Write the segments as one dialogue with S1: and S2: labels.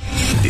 S1: The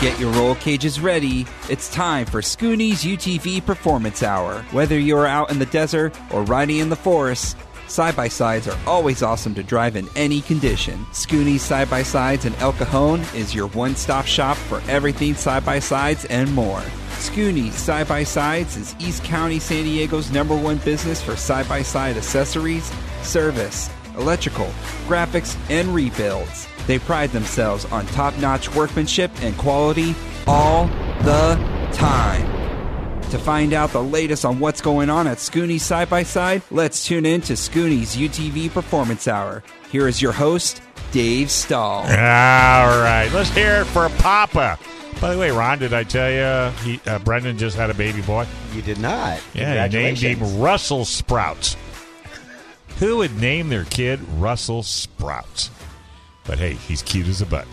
S2: Get your roll cages ready. It's time for Scoonies UTV Performance Hour. Whether you are out in the desert or riding in the forest, side by sides are always awesome to drive in any condition. Scoonies Side by Sides in El Cajon is your one stop shop for everything side by sides and more. Scoonies Side by Sides is East County, San Diego's number one business for side by side accessories, service, electrical, graphics, and rebuilds. They pride themselves on top notch workmanship and quality all the time. To find out the latest on what's going on at Scoonies Side by Side, let's tune in to Scoonies UTV Performance Hour. Here is your host, Dave Stahl.
S3: All right, let's hear it for Papa. By the way, Ron, did I tell you he, uh, Brendan just had a baby boy?
S4: You did not.
S3: Yeah, he named him Russell Sprouts. Who would name their kid Russell Sprouts? But hey, he's cute as a button.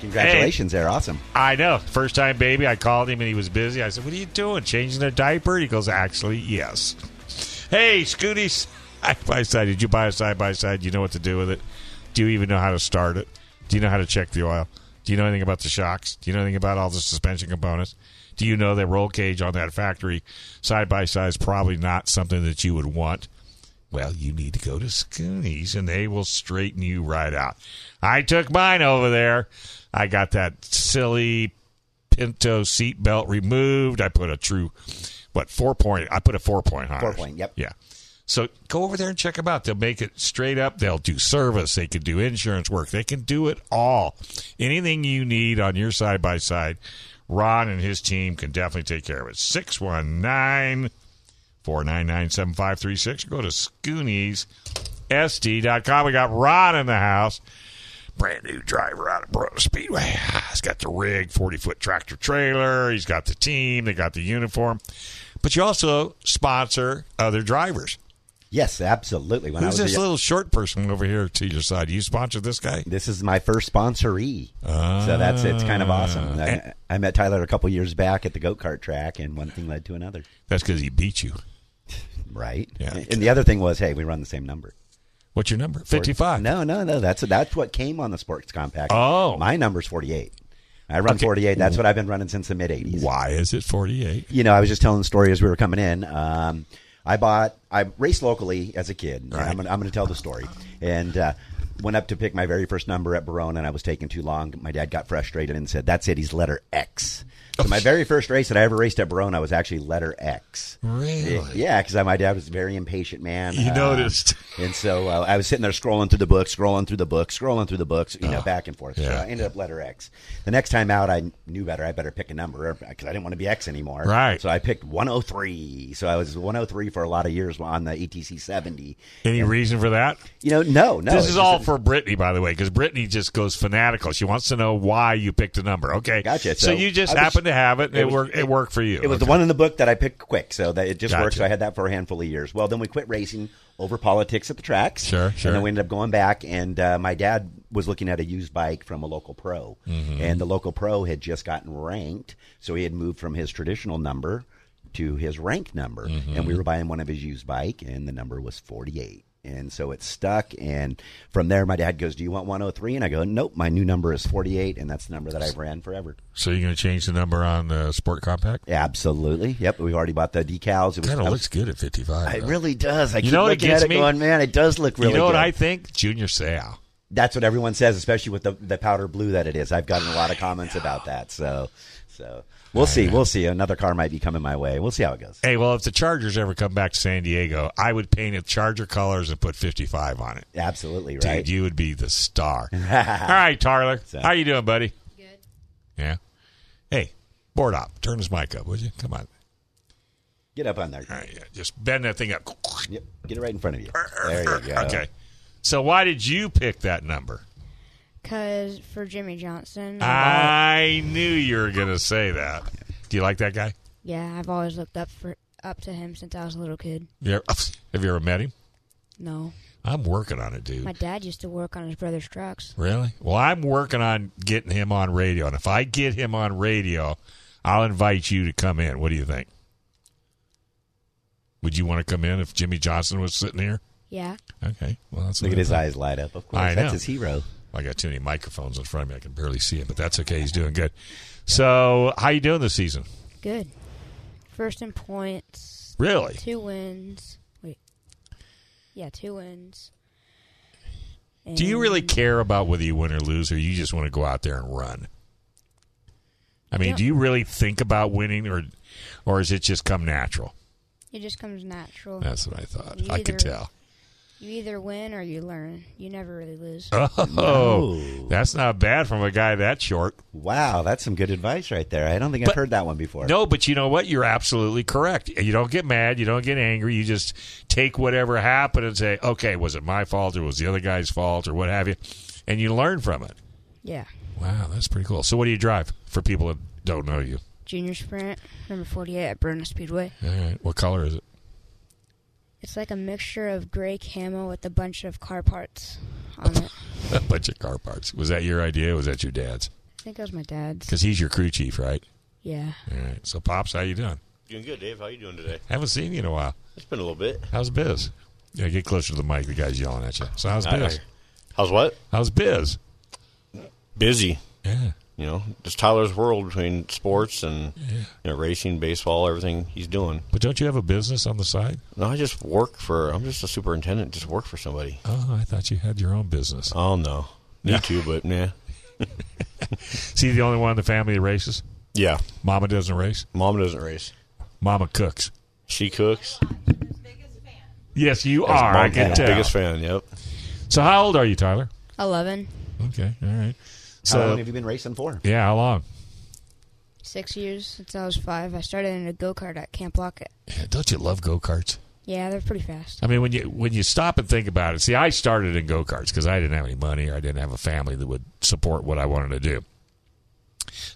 S4: Congratulations, there. Awesome.
S3: I know. First time baby, I called him and he was busy. I said, What are you doing? Changing their diaper? He goes, Actually, yes. Hey, Scooty, side by side. Did you buy a side by side? Do you know what to do with it? Do you even know how to start it? Do you know how to check the oil? Do you know anything about the shocks? Do you know anything about all the suspension components? Do you know that roll cage on that factory side by side is probably not something that you would want? Well, you need to go to Scoonies and they will straighten you right out. I took mine over there. I got that silly Pinto seat belt removed. I put a true, what, four point? I put a four point on
S4: Four
S3: it.
S4: point, yep.
S3: Yeah. So go over there and check them out. They'll make it straight up. They'll do service. They can do insurance work. They can do it all. Anything you need on your side by side, Ron and his team can definitely take care of it. 619 499 7536. Go to scooniessd.com. We got Ron in the house. Brand new driver out of Broad Speedway. He's got the rig, 40 foot tractor trailer. He's got the team. They got the uniform. But you also sponsor other drivers.
S4: Yes, absolutely. When
S3: Who's
S4: I was
S3: this
S4: a,
S3: little short person over here to your side? You sponsor this guy?
S4: this is my first sponsoree, so that's it's kind of
S3: Ah.
S4: awesome. I, I met Tyler a couple years back at the go kart track, and one thing led to another.
S3: That's because he beat you.
S4: Right.
S3: Yeah.
S4: And the other thing was, hey, we run the same number.
S3: What's your number? 55.
S4: No, no, no. That's that's what came on the sports compact.
S3: Oh.
S4: my number's forty eight. I run forty eight. That's what I've been running since the mid eighties.
S3: Why is it 48?
S4: you know, I was just telling the story as we were coming in. Um, I bought, I raced locally as a kid. and I'm, gonna, I'm going to tell the story. And uh, went up to pick my very first number at Barone, and I was taking too long. My dad got frustrated and said, "That's it. He's letter X."
S3: Oh,
S4: So my very first race that I ever raced at Barone, I was actually letter X.
S3: Really?
S4: Yeah, because my dad was a very impatient man. uh,
S3: You noticed.
S4: and so uh, I was sitting there scrolling through the book, scrolling through the book, scrolling through the books, you know, back and forth. So
S3: Oh, yeah.
S4: I ended up letter X. The next time out, I knew better. I better pick a number because I didn't want to be X anymore.
S3: Right.
S4: So I picked 103. So I was 103 for a lot of years on the E ETC 70.
S3: Any reason for that?
S4: You know, no, no.
S3: this
S4: it's
S3: is
S4: just
S3: all
S4: a-
S3: for Brittany, by the way, because Brittany just goes fanatical. She wants to know why you picked a number. Okay,
S4: Gotcha.
S3: So,
S4: So
S3: you just
S4: I was-
S3: happened to have it. And it,
S4: it was-
S3: worked. It,
S4: it-
S3: worked for you.
S4: It was the
S3: Okay.
S4: one in the book that I picked quick, so that it just
S3: Gotcha.
S4: worked. So I had that for a handful of years. Well, then we quit racing over politics at the tracks.
S3: Sure, sure.
S4: And then we ended up going back, and uh, my dad was looking at a used bike from a local pro,
S3: Mm-hmm.
S4: and the local pro had just gotten ranked, so he had moved from his traditional number to his rank number,
S3: Mm-hmm.
S4: and we were buying one of his used bike, and the number was forty eight. And so it stuck, and from there, my dad goes, "Do you want 103?" And I go, "Nope, my new number is 48, and that's the number that I've ran forever."
S3: So you're going to change the number on the Sport Compact?
S4: Absolutely. Yep. We've already bought the decals. It was,
S3: Kind
S4: I was-
S3: of looks good at 55.
S4: It
S3: though.
S4: really does. I
S3: You
S4: keep
S3: know what it
S4: looking
S3: gets
S4: at it
S3: me?
S4: going, man, it does look really
S3: you know what
S4: good.
S3: I think? Junior Seau.
S4: That's what everyone says, especially with the, the powder blue that it is. I've gotten a lot of comments about that. So, so we'll see. We'll see. Another car might be coming my way. We'll see how it goes.
S3: Hey, well, if the Chargers ever come back to San Diego, I would paint it Charger colors and put 55 on it.
S4: Absolutely
S3: Dude,
S4: right.
S3: you would be the star. All right, Tyler. How you doing, buddy? Good. Yeah. Hey, board op, turn his mic up, would you? Come on.
S4: Get up on there.
S3: All right, yeah, just bend that thing up.
S4: Yep. Get it right in front of you. There you go.
S3: Okay. So why did you pick that number?
S5: Cause for Jimmy Johnson, I've
S3: Ah.
S5: al-
S3: I knew you were going to say that. Do you like that guy?
S5: yeah, I've always looked up for up to him since I was a little kid.
S3: You ever- have you ever met him?
S5: No,
S3: I'm working on it, dude.
S5: my dad used to work on his brother's trucks.
S3: Really? Well, I'm working on getting him on radio, and if I get him on radio, I'll invite you to come in. What do you think? Would you want to come in if Jimmy Johnson was sitting here?
S5: Yeah,
S3: Okay. Well, that's
S4: Look at his eyes light up. Of course,
S3: I
S4: that's
S3: know.
S4: his hero.
S3: I got too many microphones in front of me; I can barely see him. But that's okay. He's doing good. So, how you doing this season?
S5: good. First in points,
S3: Really?
S5: two wins. Wait, yeah, two wins.
S3: Do you really
S5: And-
S3: care about whether you win or lose, or you just want to go out there and run? I mean, do you really think about winning, or or is it just come natural?
S5: It just comes natural.
S3: That's what I thought.
S5: You
S3: I could
S5: either-
S3: tell.
S5: You either win or you learn. You never really lose.
S3: Oh, that's not bad from a guy that short.
S4: Wow, that's some good advice right there. I don't think
S3: But-
S4: I've heard that one before.
S3: No, but you know what? You're absolutely correct. You don't get mad. You don't get angry. You just take whatever happened and say, okay, was it my fault or was the other guy's fault or what have you? And you learn from it.
S5: yeah.
S3: Wow, that's pretty cool. So, what do you drive for people that don't know you?
S5: Junior Sprint, number 48 at Bruno Speedway.
S3: All right. What color is it?
S5: It's like a mixture of gray camo with a bunch of car parts on it.
S3: A bunch of car parts. Was that your idea? Or was that your dad's?
S5: I think it was my dad's.
S3: Because he's your crew chief, right?
S5: Yeah.
S3: All right. So, pops, how you doing?
S6: Doing good, Dave. How you doing today?
S3: Haven't seen you in a while.
S6: It's been a little bit.
S3: How's biz? Yeah, get closer to the mic. The guy's yelling at you. So, how's biz?
S6: How's what?
S3: How's biz?
S6: Busy.
S3: Yeah.
S6: You know, just Tyler's world between sports and you know racing, baseball, everything he's doing.
S3: But don't you have a business on the side?
S6: No, I just work for. I'm just a superintendent. Just work for somebody.
S3: Oh, I thought you had your own business.
S6: Oh no, me too. But yeah,
S3: See, the only one in the family that races.
S6: yeah.
S3: Mama doesn't race.
S6: Mom doesn't race.
S3: Mama cooks.
S6: She cooks.
S3: Yes, you
S6: That's
S3: are. I
S6: Mom's
S3: can tell.
S6: Biggest fan. Yep.
S3: So, how old are you, Tyler?
S5: 11.
S3: Okay, all right.
S4: How long
S3: So,
S4: have you been racing for?
S3: yeah, how long?
S5: Six years since I was five. I started in a go kart at Camp Lockett.
S3: Yeah, Don't you love go karts?
S5: Yeah, they're pretty fast.
S3: I mean, when you when you stop and think about it, see, I started in go karts because I didn't have any money or I didn't have a family that would support what I wanted to do.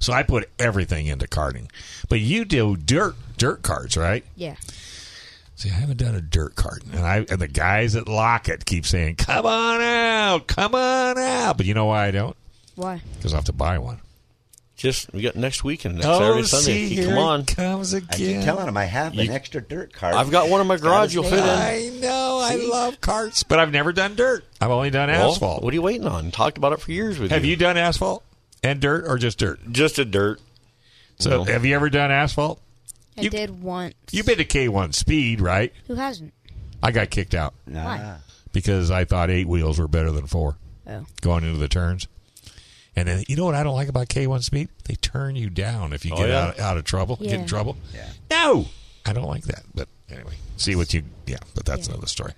S3: So I put everything into karting. But you do dirt dirt karts, right?
S5: Yeah.
S3: See, I haven't done a dirt cart, and I and the guys at Lockett keep saying, "Come on out, come on out," but you know why I don't?
S5: Why?
S3: Because I have to buy one.
S6: Just we got next weekend, next Saturday, Sunday.
S3: Oh, see,
S6: Come
S3: here
S6: on.
S3: it comes
S4: I keep
S3: again.
S4: telling him I have an
S6: You-
S4: extra dirt cart.
S6: I've got one in my garage. You'll fit in.
S3: I know, Oh, I love carts, but I've never done dirt. I've only done
S6: Well,
S3: asphalt.
S6: What are you waiting on? Talked about it for years with
S3: have you done asphalt and dirt, or just dirt?
S6: Just a dirt.
S3: So,
S6: No.
S3: have you ever done asphalt?
S5: I
S3: You-
S5: did once.
S3: You've been to K1 Speed, right?
S5: Who hasn't?
S3: I got kicked out
S5: Why?
S3: because I thought eight wheels were better than four.
S5: Oh.
S3: going into the turns. And then you know what I don't like about K1 speed? They turn you down if you
S6: Oh,
S3: get
S6: yeah.
S3: out, out of trouble, get in
S5: Yeah.
S3: trouble. No, I don't like that. But anyway, see what you yeah. But that's another story.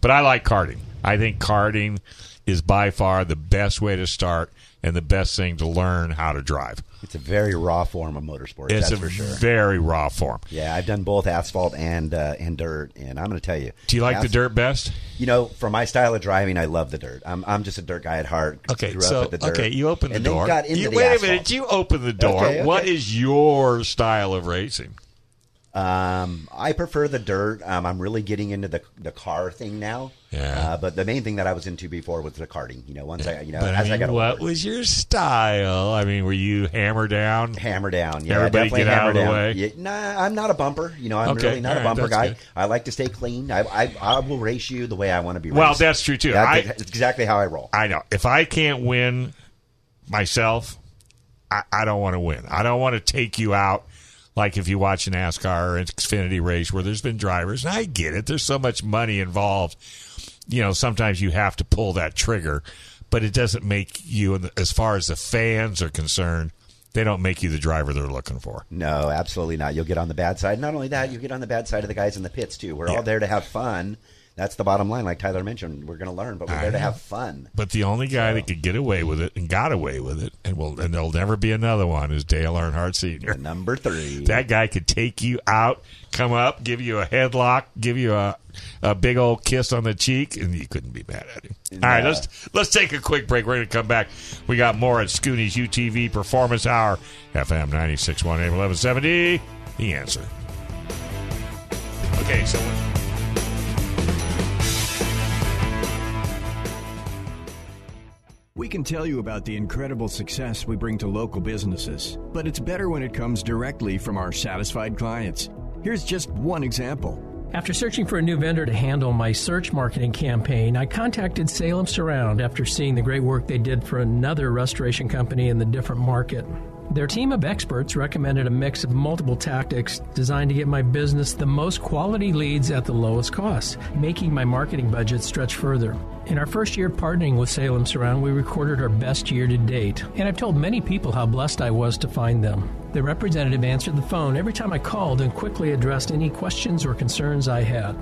S3: But I like karting. I think karting is by far the best way to start and the best thing to learn how to drive.
S4: It's a very raw form of motorsports.
S3: It's
S4: that's
S3: a
S4: for sure.
S3: very raw form.
S4: Yeah, I've done both asphalt and uh, and dirt, and I'm going to tell you.
S3: Do you like the
S4: asphalt-
S3: dirt best?
S4: You know, for my style of driving, I love the dirt. I'm I'm just a dirt guy at heart.
S3: Okay,
S4: Grew
S3: so
S4: up at the dirt.
S3: okay, you open the
S4: and then
S3: door.
S4: Got into
S3: You-
S4: the
S3: wait
S4: asphalt.
S3: a minute, you open the door.
S4: Okay,
S3: What
S4: okay.
S3: is your style of racing?
S4: Um, I prefer the dirt. Um, I'm really getting into the the car thing now.
S3: Yeah.
S4: Uh, but the main thing that I was into before was the karting. You know, once I you know
S3: But
S4: as
S3: I mean,
S4: I got
S3: what
S4: older,
S3: was your style? I mean, were you hammer down?
S4: hammer down. Yeah,
S3: Everybody
S4: definitely
S3: get out
S4: hammer
S3: of the
S4: down.
S3: way.
S4: Yeah, nah, I'm not a bumper. You know, I'm
S3: Okay,
S4: really not a
S3: all right,
S4: bumper
S3: that's
S4: guy.
S3: good.
S4: I like to stay clean. I I, I will race you the way I want to be.
S3: Well,
S4: raced.
S3: that's true, too.
S4: That-
S3: I-
S4: that's exactly how I roll.
S3: I know. If I can't win myself, I, I don't want to win. I don't want to take you out. Like if you watch an NASCAR or an Xfinity race where there's been drivers, and I get it. There's so much money involved. You know, sometimes you have to pull that trigger, but it doesn't make you, and as far as the fans are concerned, they don't make you the driver they're looking for.
S4: No, absolutely not. You'll get on the bad side. Not only that, you get on the bad side of the guys in the pits too. We're
S3: Yeah.
S4: all there to have fun. that's the bottom line. Like Tyler mentioned, we're going to learn, but we're there to have fun.
S3: But the only guy that could get away with it and got away with it, and will and there'll never be another one, is Dale Earnhardt Sr.
S4: Number three.
S3: That guy could take you out, come up, give you a headlock, give you a a big old kiss on the cheek, and you couldn't be mad at him. All right, let's let's take a quick break. We're going to come back. We got more at Scooney's UTV Performance Hour, FM 96.1 AM 1170. The answer. Okay, so.
S7: We can tell you about the incredible success we bring to local businesses, but it's better when it comes directly from our satisfied clients. Here's just one example.
S8: After searching for a new vendor to handle my search marketing campaign, I contacted Salem Surround after seeing the great work they did for another restoration company in the different market. Their team of experts recommended a mix of multiple tactics designed to get my business the most quality leads at the lowest cost, making my marketing budget stretch further. In our first year partnering with Salem Surround, we recorded our best year to date, and I've told many people how blessed I was to find them. The representative answered the phone every time I called and quickly addressed any questions or concerns I had.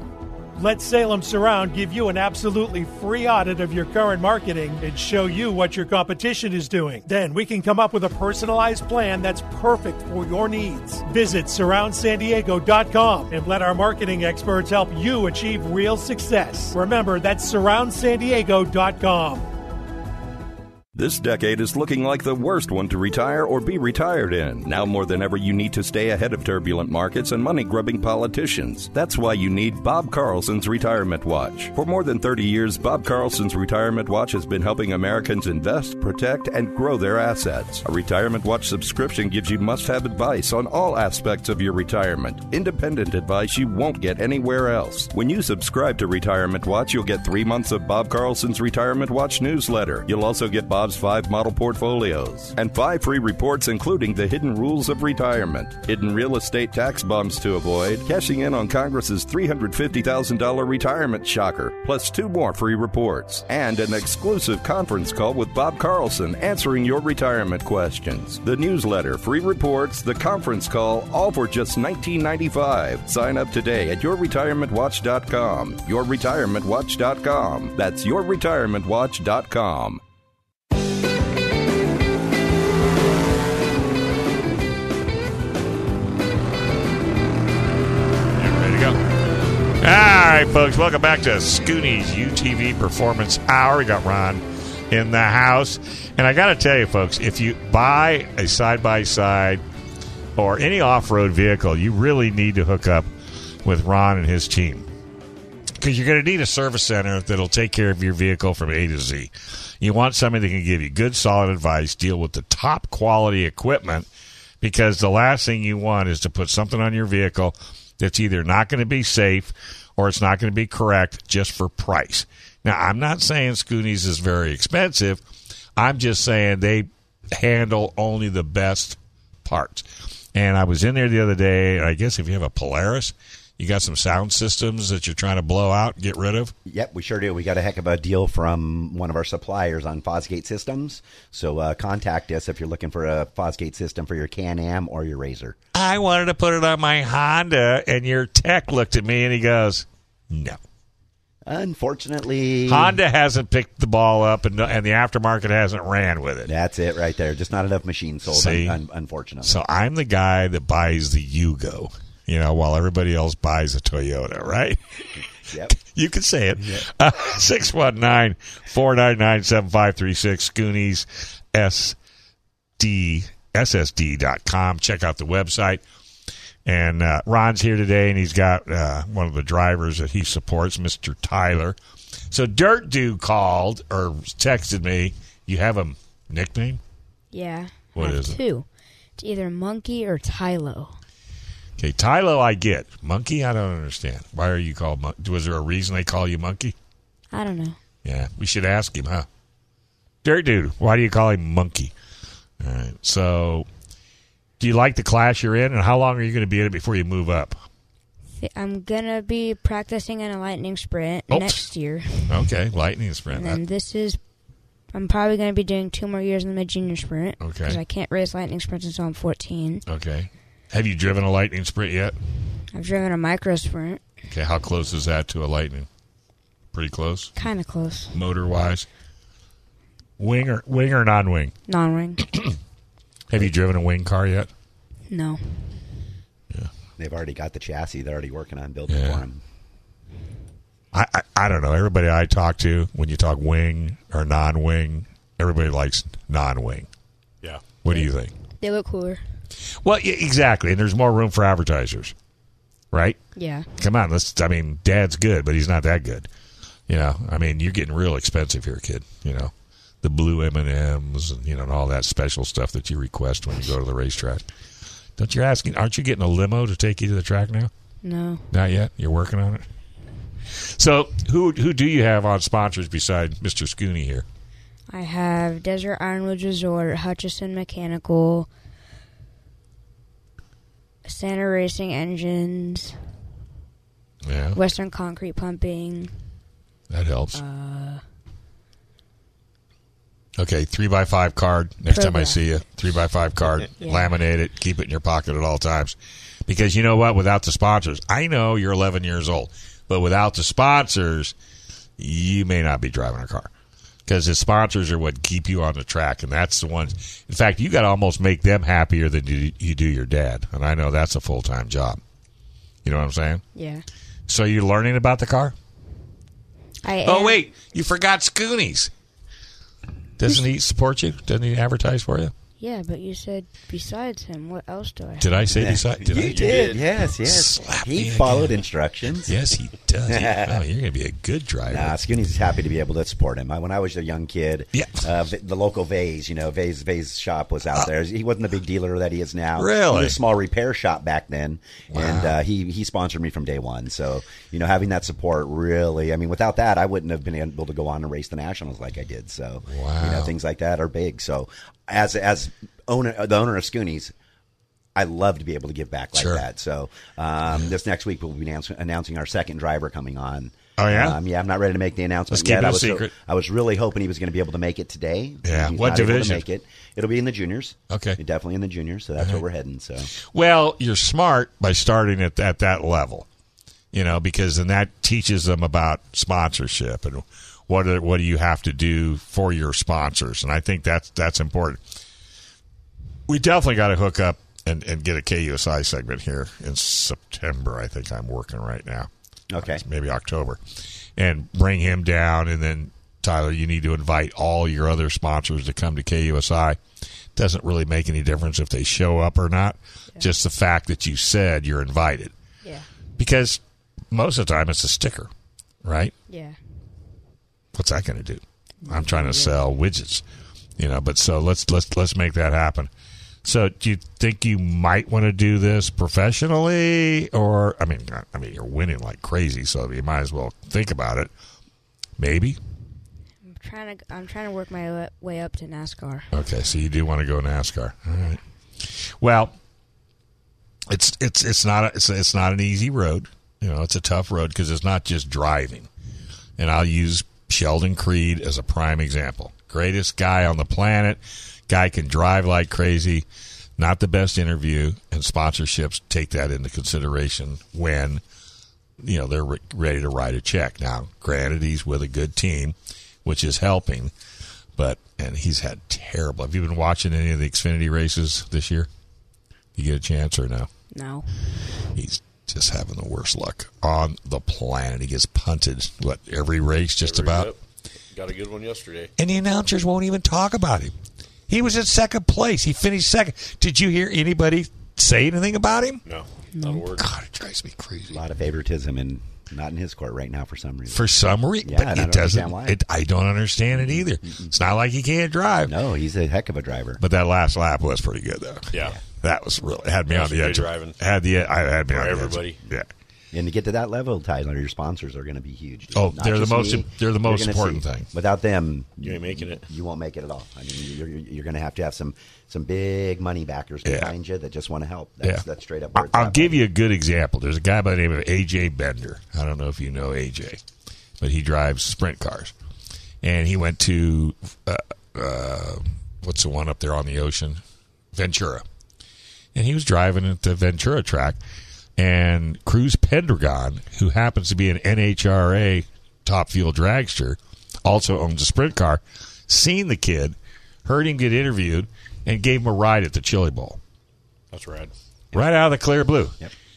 S9: Let Salem Surround give you an absolutely free audit of your current marketing and show you what your competition is doing. Then we can come up with a personalized plan that's perfect for your needs. Visit surroundsandiego.com and let our marketing experts help you achieve real success. Remember, that's surroundsandiego.com.
S10: This decade is looking like the worst one to retire or be retired in. Now more than ever, you need to stay ahead of turbulent markets and money grubbing politicians. That's why you need Bob Carlson's Retirement Watch. For more than 30 years, Bob Carlson's Retirement Watch has been helping Americans invest, protect, and grow their assets. A Retirement Watch subscription gives you must have advice on all aspects of your retirement, independent advice you won't get anywhere else. When you subscribe to Retirement Watch, you'll get three months of Bob Carlson's Retirement Watch newsletter. You'll also get Bob's five model portfolios and five free reports, including the hidden rules of retirement, hidden real estate tax bumps to avoid, cashing in on Congress's $350,000 retirement shocker, plus two more free reports, and an exclusive conference call with Bob Carlson answering your retirement questions. The newsletter, free reports, the conference call, all for just $19.95. Sign up today at yourretirementwatch.com. Yourretirementwatch.com. That's yourretirementwatch.com.
S3: Ready to go. All right, folks, welcome back to Scooney's UTV Performance Hour. We got Ron in the house. And I got to tell you, folks, if you buy a side by side or any off road vehicle, you really need to hook up with Ron and his team because you're going to need a service center that'll take care of your vehicle from A to Z. You want somebody that can give you good, solid advice, deal with the top quality equipment, because the last thing you want is to put something on your vehicle that's either not going to be safe or it's not going to be correct just for price. Now, I'm not saying Scoonies is very expensive. I'm just saying they handle only the best parts. And I was in there the other day, and I guess if you have a Polaris, you got some sound systems that you're trying to blow out, and get rid of.
S4: Yep, we sure do. We got a heck of a deal from one of our suppliers on Fosgate Systems. So uh, contact us if you're looking for a Fosgate system for your Can Am or your Razor.
S3: I wanted to put it on my Honda, and your tech looked at me and he goes, "No."
S4: Unfortunately,
S3: Honda hasn't picked the ball up, and and the aftermarket hasn't ran with it.
S4: That's it right there. Just not enough machines sold,
S3: See?
S4: un- un- unfortunately.
S3: So I'm the guy that buys the Yugo, you know, while everybody else buys a Toyota, right?
S4: Yep.
S3: You can say it. Uh, 619 499 7536 Goonies SD, SSD.com. Check out the website. And uh, Ron's here today, and he's got uh, one of the drivers that he supports, Mr. Tyler. So Dirt Dude called or texted me. You have a nickname?
S5: Yeah.
S3: What
S5: I have
S3: is it?
S5: two. It's either monkey or Tylo.
S3: Okay, Tylo, I get. Monkey, I don't understand. Why are you called monkey? Was there a reason they call you monkey?
S5: I don't know.
S3: Yeah, we should ask him, huh? Dirt dude, why do you call him monkey? All right, so do you like the class you're in, and how long are you going to be in it before you move up?
S5: Th- I'm gonna be practicing in a lightning sprint
S3: Oh.
S5: next year,
S3: Okay, lightning sprint.
S5: and then
S3: Uh,
S5: this is. I'm probably gonna be doing two more years in my junior sprint
S3: Okay.
S5: I can't race lightning sprints until I'm 14.
S3: okay, have you driven a lightning sprint yet?
S5: I've driven a micro sprint.
S3: Okay, how close is that to a lightning? Pretty close.
S5: Kind of close.
S3: Motor wise. Wing or wing or non wing?
S5: Non ring.
S3: Have you driven a wing car yet?
S5: no.
S4: They've already got the chassis. They're already working on building for them.
S3: I, I I don't know. Everybody I talk to, when you talk wing or non wing, everybody likes non wing.
S6: Yeah.
S3: What do you think?
S5: They look cooler.
S3: Well, yeah, exactly. And there's more room for advertisers, right?
S5: Yeah.
S3: Come on, let's. I mean, Dad's good, but he's not that good. You know, I mean, you're getting real expensive here, kid. You know, the blue M and M's and you know and all that special stuff that you request when you go to the racetrack. Don't you asking? Aren't you getting a limo to take you to the track now?
S5: No.
S3: Not yet. You're working on it. So, who who do you have on sponsors beside Mr. Scooney here?
S5: I have Desert Ironwoods Resort, Hutchison Mechanical, Santa Racing Engines,
S3: Yeah,
S5: Western Concrete Pumping.
S3: that helps.
S5: Uh,
S3: Okay, three by five card. Next time I
S5: Program.
S3: see you, three by five card.
S5: Yeah.
S3: Laminate it. Keep it in your pocket at all times, because you know what? Without the sponsors, I know you're 11 years old, but without the sponsors, you may not be driving a car, because the sponsors are what keep you on the track, and that's the ones. In fact, you got to almost make them happier than you, you do your dad, and I know that's a full time job. You know what I'm saying?
S5: yeah.
S3: So you're learning about the car.
S5: I
S3: Oh
S5: am-
S3: wait, you forgot Scoonies. Doesn't he support you? Doesn't he advertise for you?
S5: Yeah, but you said besides him, what else do I have?
S3: Did I say beside? Did
S4: you
S3: I?
S4: did. Yes, yes. he followed instructions.
S3: Yes, he does. He- oh, you're going to be a good driver.
S4: Nah, Scooney's happy to be able to support him. I, when I was a young kid, yeah. uh, v- the local Vase, you know, Vase Vase shop was out there. He wasn't the big dealer that he is now.
S3: Ah. Really?
S4: He was a small repair shop back then, and uh, he he sponsored me from day one. So you know, having that support really, I mean, without that, I wouldn't have been able to go on and race the nationals like I did. So you know,
S3: Wow.
S4: things like that are big. So as as owner the owner of Scooney's. I love to be able to give back like
S3: Sure.
S4: that. So um, this next week we'll be announce- announcing our second driver coming on.
S3: Oh, yeah?
S4: Um, yeah, I'm not ready to make the announcement
S3: Let's keep
S4: yet.
S3: it
S4: I
S3: a
S4: was so-
S3: secret.
S4: I was really hoping he was going to be able to make it today.
S3: Yeah.
S4: He's
S3: What
S4: not able to
S3: division?
S4: make it. It'll be in the juniors.
S3: Okay.
S4: Definitely in the juniors. So that's where we're heading. So
S3: Well, you're smart by starting at, at that level, you know, because then that teaches them about sponsorship and what are, what do you have to do for your sponsors, and I think that's that's important. We definitely got to hook up and, and get a KUSI segment here in September. I think I'm working right now. Uh,
S4: Okay,
S3: maybe October, and bring him down, and then Tyler, you need to invite all your other sponsors to come to KUSI. Doesn't really make any difference if they show up or not. Just the fact that you said you're invited,
S5: Yeah.
S3: because most of the time it's a sticker, right?
S5: Yeah.
S3: what's that going to do? I'm trying to sell widgets, you know. But so let's let's let's make that happen. So do you think you might want to do this professionally, or I mean, I- I mean, you're winning like crazy, so you might as well think about it. Maybe.
S5: I'm trying to. I'm trying to work my le- way up to NASCAR.
S3: Okay, so you do want to go NASCAR. All right. Well, it's it's it's not a, it's it's not an easy road. You know, it's a tough road because it's not just driving. And I'll use Sheldon Creed as a prime example. Greatest guy on the planet. Guy can drive like crazy. Not the best interview, and sponsorships take that into consideration when you know they're re- ready to write a check. Now, granted, he's with a good team, which is helping, but and he's had terrible. Have you been watching any of the Xfinity races this year? You get a chance or no?
S5: No.
S3: He's just having the worst luck on the planet. He gets punted what every race, just about.
S6: Got a good one yesterday.
S3: And the announcers won't even talk about him. He was in second place. He finished second. Did you hear anybody say anything about him?
S6: No, not a word.
S3: Mm. God, it drives me crazy.
S4: A lot of favoritism and not in his court right now for some reason.
S3: For some reason,
S4: yeah,
S3: but
S4: and I
S3: it
S4: don't
S3: doesn't.
S4: understand why.
S3: It, I don't understand it either. It's not like he can't drive.
S4: No, he's a heck of a driver.
S3: But that last lap was pretty good though.
S6: Yeah.
S3: that was really it had me
S6: That
S3: on
S6: was
S3: the
S6: good
S3: edge.
S6: driving.
S3: Had the I had me
S6: For
S3: on the edge.
S6: everybody.
S3: Yeah.
S4: And to get to that level, Tyler, your sponsors are going to be huge. dude.
S3: Oh,
S4: Not
S3: they're the
S4: just
S3: most-
S4: me.
S3: they're
S4: You're
S3: the most
S4: gonna
S3: important
S4: see-
S3: thing.
S4: Without them,
S6: You ain't making it.
S4: You won't make it at all. I mean, you're, you're, you're going to have to have some some big money backers
S3: Yeah.
S4: behind you that just want to help. That's,
S3: Yeah.
S4: that's straight up.
S3: I-
S4: where it's
S3: I'll
S4: at.
S3: give you a good example. There's a guy by the name of AJ Bender. I don't know if you know AJ, but he drives sprint cars. And he went to uh, uh, what's the one up there on the ocean? Ventura. And he was driving at the Ventura track. And Cruz Pendragon, who happens to be an NHRA top fuel dragster, also owns a sprint car, seen the kid, heard him get interviewed, and gave him a ride at the Chili Bowl.
S6: That's rad.
S3: Right out of the clear blue.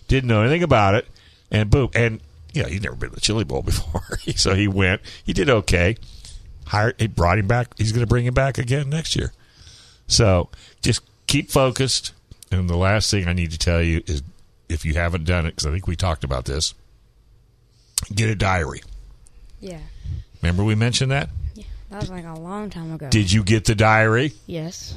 S3: Didn't know anything about it. And boom. And, you know, he'd never been to the Chili Bowl before. so he went. He did okay. Hired, he brought him back. He's going to bring him back again next year. So just keep focused. And the last thing I need to tell you is if you haven't done it, because I think we talked about this, get a diary.
S5: Yeah.
S3: Remember we mentioned that?
S5: That was like a long time ago.
S3: Did you get the diary?
S5: Yes.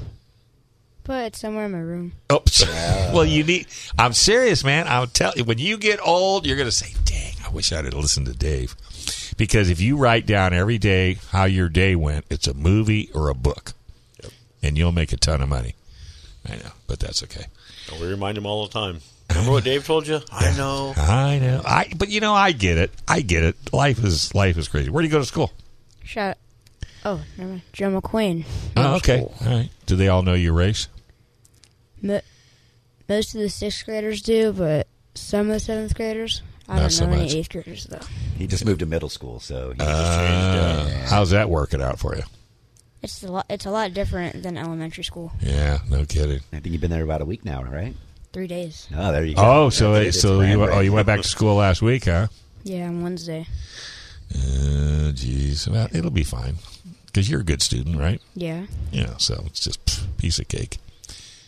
S5: But it's somewhere in my room.
S3: Oops. well, you need. I'm serious, man. I'll tell you. When you get old, you're going to say, "Dang, I wish I'd have listened to Dave," because if you write down every day how your day went, it's a movie or a book, and you'll make a ton of money. I know, but that's okay.
S6: we remind him all the time. Remember what Dave told you? I know.
S3: I know. I but you know, I get it. I get it. Life is life is crazy. Where do you go to school?
S5: Shut. Oh, never mind. Joe McQueen.
S3: Oh, okay. All right. Do they all know your race?
S5: Mo- most of the sixth graders do, but some of the seventh graders. I
S3: Not
S5: don't
S3: so
S5: know
S3: much.
S5: any eighth graders though.
S4: He just moved to middle school, so he
S3: Uh, how's that working out for you?
S5: It's a lot. It's a lot different than elementary school.
S3: Yeah, no kidding.
S4: I think you've been there about a week now, right?
S5: Three days.
S4: Oh, there you go.
S3: Oh, so they,
S4: It's
S3: so you
S4: brand
S3: oh you went
S4: brand.
S3: back to school last week, huh?
S5: Yeah, on Wednesday.
S3: Uh, Jeez, well, it'll be fine because you're a good student, right?
S5: Yeah.
S3: Yeah, so it's just pff, piece of cake.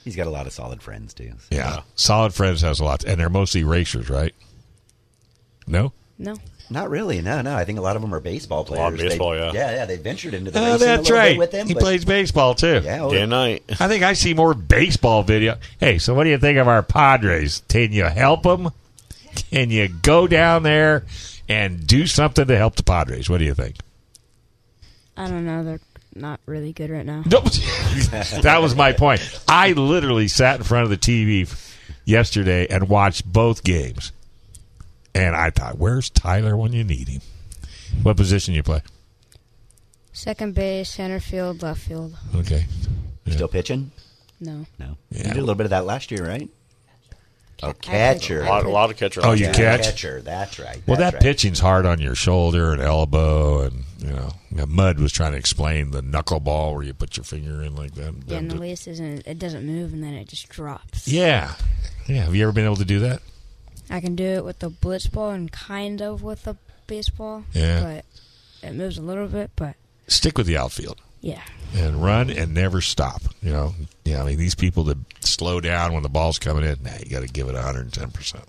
S4: He's got a lot of solid friends too.
S3: Yeah, solid friends has a lot, and they're mostly racers, right? No,
S5: No.
S4: Not really. No, no. I think a lot of them are baseball players.
S6: lot of
S4: They-
S6: baseball, yeah.
S4: yeah, yeah. They ventured into the
S3: oh,
S4: racing a
S3: that's
S4: little
S3: right.
S4: bit with them.
S3: he
S4: but-
S3: plays baseball too.
S4: Yeah, oh, Day and
S6: night.
S3: I think I see more baseball video. Hey, so what do you think of our Padres? Can you help them? Can you go down there and do something to help the Padres? What do you think?
S5: I don't know. They're not really good right now.
S3: Nope. that was my point. I literally sat in front of the TV yesterday and watched both games, and I thought, "Where's Tyler when you need him? What position you play?"
S5: Second base, center field, left field.
S3: Okay,
S4: Still pitching?
S5: No.
S4: No. You did a little bit of that last year, right? Oh,
S6: A
S4: catcher.
S6: lot, a lot of catcher.
S3: Oh, you
S4: Yeah,
S3: catch?
S4: Catcher. That's right.
S3: well, that
S4: that's right.
S3: pitching's hard on your shoulder and elbow, and you know, yeah, Mud was trying to explain the knuckleball where you put your finger in like that.
S5: Yeah, and the lease isn't. It doesn't move, and then it just drops.
S3: yeah, yeah. Have you ever been able to do that?
S5: I can do it with the blitz ball and kind of with a baseball.
S3: Yeah.
S5: But it moves a little bit, but
S3: Stick with the outfield.
S5: yeah.
S3: and run and never stop. You know, yeah. I mean, these people that slow down when the ball's coming in, nah, you got to give it one hundred and ten percent.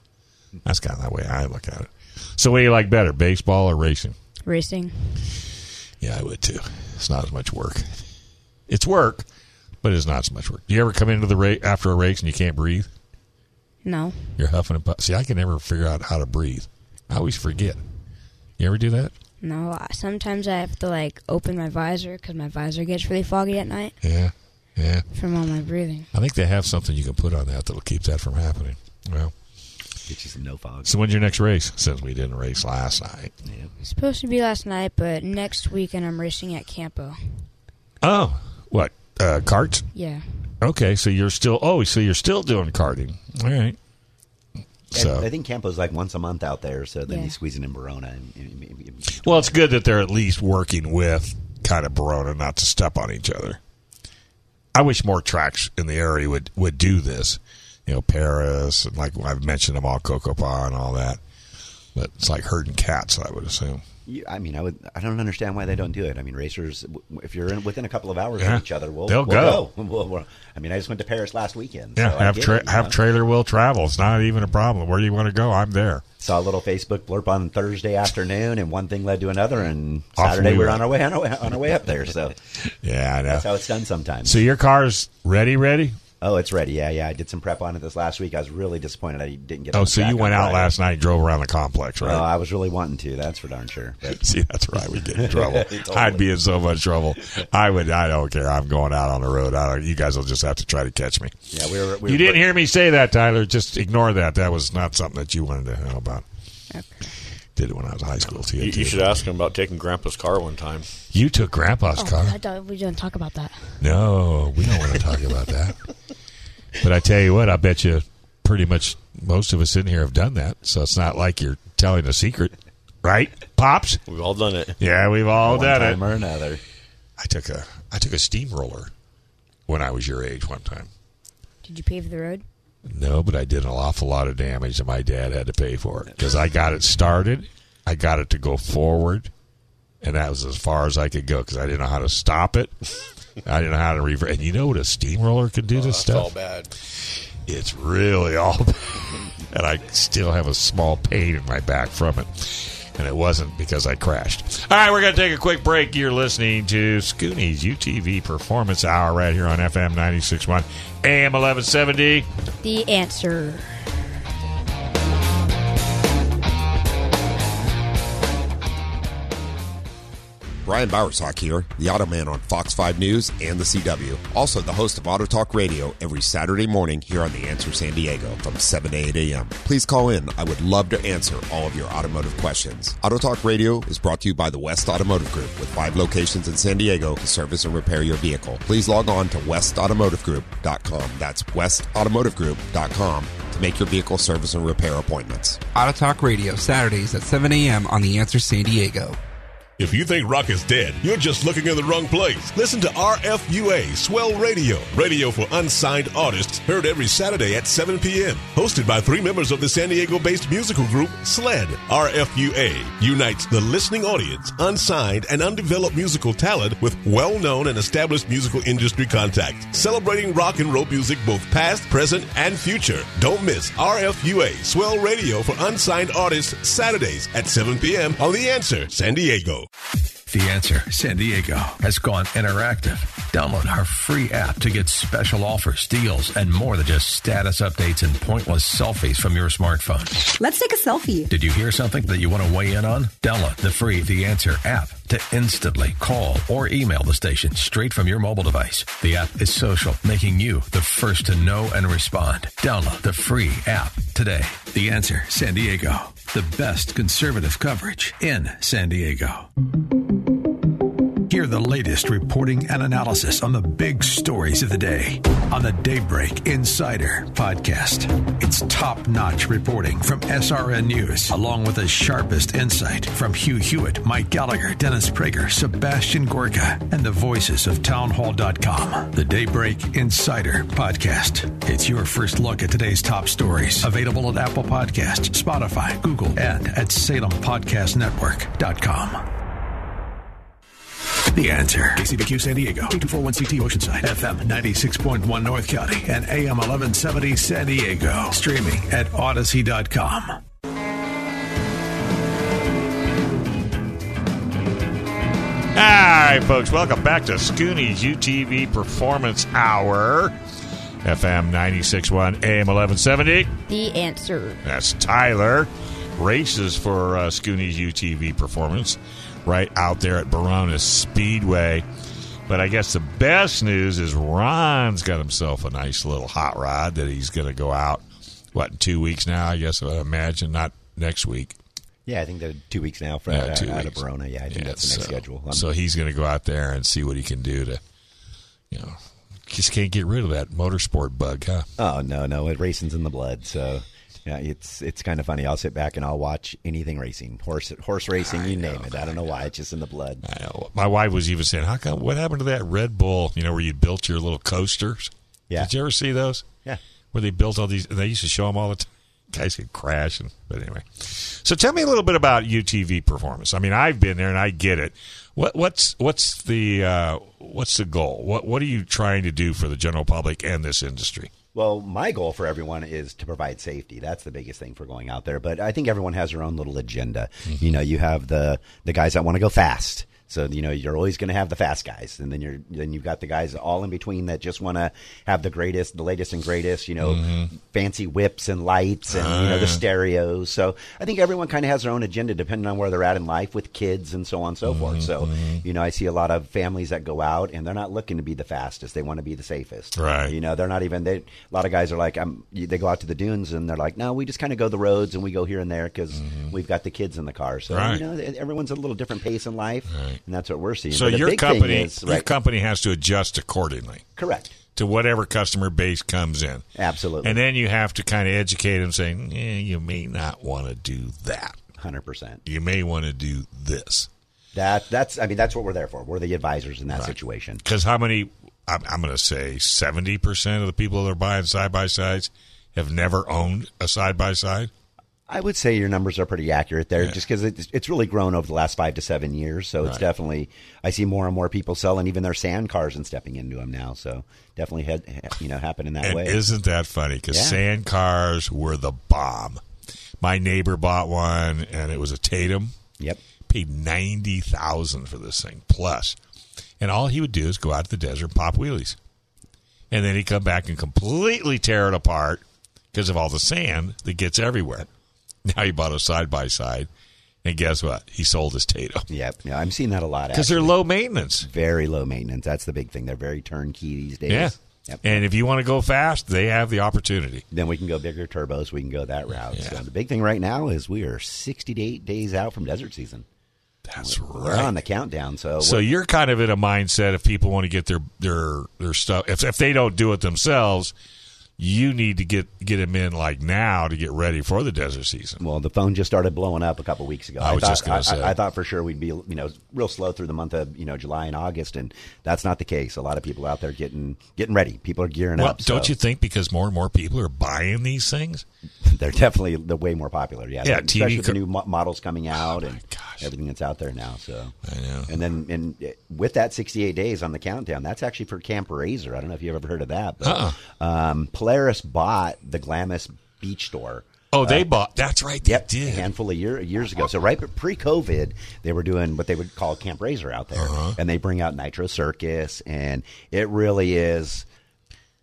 S3: That's kind of the way I look at it. So, what do you like better, baseball or racing?
S5: Racing.
S3: Yeah, I would too. It's not as much work. It's work, but it's not as much work. Do you ever come into the race after a race and you can't breathe?
S5: No.
S3: You're huffing and puffing. See, I can never figure out how to breathe. I always forget. You ever do that?
S5: No. I- Sometimes I have to like open my visor because my visor gets really foggy at night
S3: Yeah, yeah.
S5: from all my breathing.
S3: I think they have something you can put on that that'll keep that from happening. Well,
S4: Get you some no fog.
S3: So when's your next race? Since we didn't race last night.
S5: It's supposed to be last night, but next weekend I'm racing at Campo.
S3: Oh, what uh, carts?
S5: Yeah.
S3: Okay, so you're still oh, so you're still doing karting. All right.
S4: And
S3: So
S4: I think Campo's like once a month out there, so then
S5: Yeah.
S4: he's squeezing in Verona. And, and- and- and-
S3: well, it's good that they're at least working with kind of Barona not to step on each other. I wish more tracks in the area would would do this. You know, Paris and like I've mentioned them all, Cocopa and all that. But it's like herding cats, I would assume.
S4: you, I mean, I would. I don't understand why they don't do it. I mean, racers, w- w- if you're in, within a couple of hours
S3: Yeah.
S4: of each other, we'll,
S3: They'll
S4: we'll
S3: go.
S4: We'll- we'll- I mean, I just went to Paris last weekend.
S3: Yeah,
S4: so I
S3: have
S4: get
S3: tra-
S4: it, you
S3: have
S4: know.
S3: trailer will travel. It's not even a problem. Where do you want to go? I'm there.
S4: Saw a little Facebook blurb on Thursday afternoon, and one thing led to another, and
S3: Off
S4: Saturday
S3: we
S4: we were
S3: went.
S4: on our way on our way, on our way up there. So
S3: Yeah, I know.
S4: that's how it's done sometimes.
S3: So your car's ready, ready?
S4: Oh, it's ready. Yeah, yeah. I did some prep on it this last week. I was really disappointed I didn't get.
S3: Oh,
S4: on
S3: so
S4: track
S3: you
S4: on
S3: went out
S4: Friday.
S3: last night and drove around the complex,
S4: Oh,
S3: right?
S4: I was really wanting to. That's for darn sure. But
S3: See, that's right. We'd get in trouble.
S4: Totally.
S3: I'd be in so much trouble. I would. I don't care. I'm going out on the road. I don't. You guys will just have to try to catch me.
S4: yeah, we were. We
S3: You
S4: were-
S3: didn't hear me say that, Tyler. Just ignore that. That was not something that you wanted to know about. Did it when I was in high school too.
S6: You, you should ask him about taking Grandpa's car one time.
S3: You took Grandpa's car.
S5: Oh, I thought we didn't talk about that.
S3: No, we don't want to talk about that. But I tell you what, I bet you pretty much most of us in here have done that. So it's not like you're telling a secret, right? Pops.
S6: We've all done it.
S3: Yeah, we've all
S11: One
S3: done
S11: time
S3: it
S11: or another.
S3: I took a I took a steamroller when I was your age one time.
S5: Did you pave the road?
S3: No, but I did an awful lot of damage, and my dad had to pay for it because I got it started, I got it to go forward, and that was as far as I could go because I didn't know how to stop it. I didn't know how to reverse. And you know what a steamroller can do to
S6: Oh, That's
S3: stuff?
S6: all bad.
S3: It's really all bad. And I still have a small pain in my back from it. And it wasn't because I crashed. All right, we're going to take a quick break. You're listening to Scooney's UTV Performance Hour right here on FM 96.1, AM 1170.
S5: The answer.
S12: Brian Bowersock here, the Auto Man on Fox 5 News and the CW. Also the host of Auto Talk Radio every Saturday morning here on The Answer San Diego from 7 to 8 a.m. Please call in. I would love to answer all of your automotive questions. Auto Talk Radio is brought to you by the West Automotive Group with five locations in San Diego to service and repair your vehicle. Please log on to westautomotivegroup.com. That's westautomotivegroup.com to make your vehicle service and repair appointments.
S2: Auto Talk Radio, Saturdays at 7 a.m. on The Answer San Diego.
S13: If you think rock is dead, you're just looking in the wrong place. Listen to RFUA Swell Radio, radio for unsigned artists, heard every Saturday at 7 p.m. Hosted by three members of the San Diego based musical group E SLED. RFUA unites the listening audience, unsigned and undeveloped musical talent with well known and established musical industry contacts, celebrating rock and roll music both past, present, and future. Don't miss RFUA Swell Radio for unsigned artists Saturdays at 7 p.m. on The Answer, San Diego.
S14: The Answer San Diego has gone interactive. Download our free app to get special offers, deals, and more than just status updates and pointless selfies from your smartphone.
S15: Let's take a selfie.
S14: Did you hear something that you want to weigh in on? Download the free The Answer app to instantly call or email the station straight from your mobile device. The app is social, making you the first to know and respond. Download the free app today. The Answer San Diego, the best conservative coverage in San Diego. Hear the latest reporting and analysis on the big stories of the day on the Daybreak Insider podcast. It's top notch reporting from SRN News, along with the sharpest insight from Hugh Hewitt, Mike Gallagher, Dennis Prager, Sebastian Gorka, and the voices of townhall.com. The Daybreak Insider podcast. It's your first look at today's top stories, available at Apple Podcasts, Spotify, Google, and at salempodcastnetwork.com. The answer. KCBQ San Diego, K241CT Oceanside, FM 96.1 North County, and AM 1170 San Diego. Streaming at odyssey.com.
S3: All right, folks, welcome back to Scooney's UTV Performance Hour. FM 96.1 AM 1170.
S5: The answer.
S3: That's Tyler. Races for uh, Scooney's UTV performance right out there at Baronis Speedway. But I guess the best news is Ron's got himself a nice little hot rod that he's going to go out, what, in two weeks now? I guess I would imagine not next week.
S4: Yeah, I think they're two weeks now from
S3: Yeah,
S4: uh,
S3: two
S4: out
S3: weeks.
S4: of Verona. Yeah, I think that's the next
S3: so,
S4: schedule. Um, I'm-
S3: so he's going to go out there and see what he can do to, you know, just can't get rid of that motorsport bug, huh?
S4: Oh no, no, it racing's in the blood. So yeah, it's it's kind of funny. I'll sit back and I'll watch anything racing, horse horse racing, you name it. I don't know why. It's just in the blood.
S3: I know. My wife was even saying, "How come? What happened to that Red Bull? You know, where you built your little coasters?
S4: Yeah.
S3: Did you ever see those?
S4: Yeah.
S3: Where they built all these, and they used to show them all the time. Guys could crash, and but anyway. So tell me a little bit about UTV performance. I mean, I've been there and I get it. What what's what's the uh, what's the goal? What what are you trying to do for the general public and this industry?
S4: Well, my goal for everyone is to provide safety. That's the biggest thing for going out there. But I think everyone has their own little agenda. You know, you have the the guys that want to go fast. So you know you're always going to have the fast guys, and then you're then you've got the guys all in between that just want to have the greatest, the latest and greatest. You know, fancy whips and lights, and you know
S16: Ah.
S4: the stereos. So I think everyone kind of has their own agenda depending on where they're at in life with kids and so on and so
S3: Mm-hmm,
S4: forth. So you know I see a lot of families that go out and they're not looking to be the fastest; they want to be the safest.
S3: Right.
S4: You know, they're not even. They, a lot of guys are like, I'm, they go out to the dunes and they're like, no, we just kind of go the roads and we go here and there because we've got the kids in the car. So
S3: Mm-hmm. Right.
S4: you know, e, everyone's a little different pace in life, and that's what we're seeing.
S3: So
S4: But the
S3: your
S4: big thing
S3: company
S4: is-
S3: your company has to adjust accordingly.
S4: Correct.
S3: To whatever customer base comes in.
S4: Absolutely.
S3: And then you have to kind of educate them saying, eh, you may not want to do that.
S4: Hundred percent.
S3: You may want to do this.
S4: That that's. I mean, that's what we're there for. We're the advisors in that situation.
S3: Because how many? I'm, I'm going to say seventy percent of the people that are buying side by sides have never owned a side by side.
S4: I would say your numbers are pretty accurate there, just because it's, it's really grown over the last five to seven years. So it's
S3: Right.
S4: definitely. I see more and more people selling even their sand cars and stepping into them now. So definitely, had you know, happening that
S3: And
S4: way.
S3: isn't that funny? Because
S4: Yeah.
S3: sand cars were the bomb. My neighbor bought one, and it was a Tatum.
S4: Yep.
S3: Paid ninety thousand for this thing plus, and all he would do is go out to the desert and pop wheelies, and then he'd come back and completely tear it apart because of all the sand that gets everywhere. Now he bought a side by side, and guess what? He sold his Tatum.
S4: Yep. Yeah, I'm seeing that a lot
S3: 'Cause they're low maintenance.
S4: Very low maintenance. That's the big thing. They're very turnkey these days.
S3: Yeah.
S4: Yep.
S3: And if you want to go fast, they have the opportunity.
S4: Then we can go bigger turbos. We can go that route. So the big thing right now is we are 68 days out from desert season.
S3: That's
S4: We're
S3: right.
S4: on the countdown. So,
S3: So you're kind of in a mindset if people want to get their their their stuff if if they don't do it themselves, you need to get get them in like now to get ready for the desert season.
S4: Well, the phone just started blowing up a couple weeks ago.
S3: I was
S4: thought,
S3: just going
S4: I-
S3: to say.
S4: I, I thought for sure we'd be you know real slow through the month of you know July and August, and that's not the case. A lot of people out there getting getting ready. People are gearing
S3: well,
S4: up.
S3: don't
S4: so
S3: you think because more and more people are buying these things?
S4: They're definitely the way more popular. Yeah,
S3: Yeah, TV
S4: especially with the
S3: co-
S4: new mo- models coming out and everything that's out there now. So
S3: Oh I know.
S4: And then and uh, with that 68 days on the countdown, that's actually for Camp Razor. I don't know if you've ever heard of that, but um, Polaris bought the Glamis Beach Store. uh,
S3: Oh, they bought. That's right. They
S4: yep, did a handful of year, years ago. So right pre-COVID, they were doing what they would call Camp Razor out there,
S3: Uh-huh.
S4: and they bring out Nitro Circus, and it really is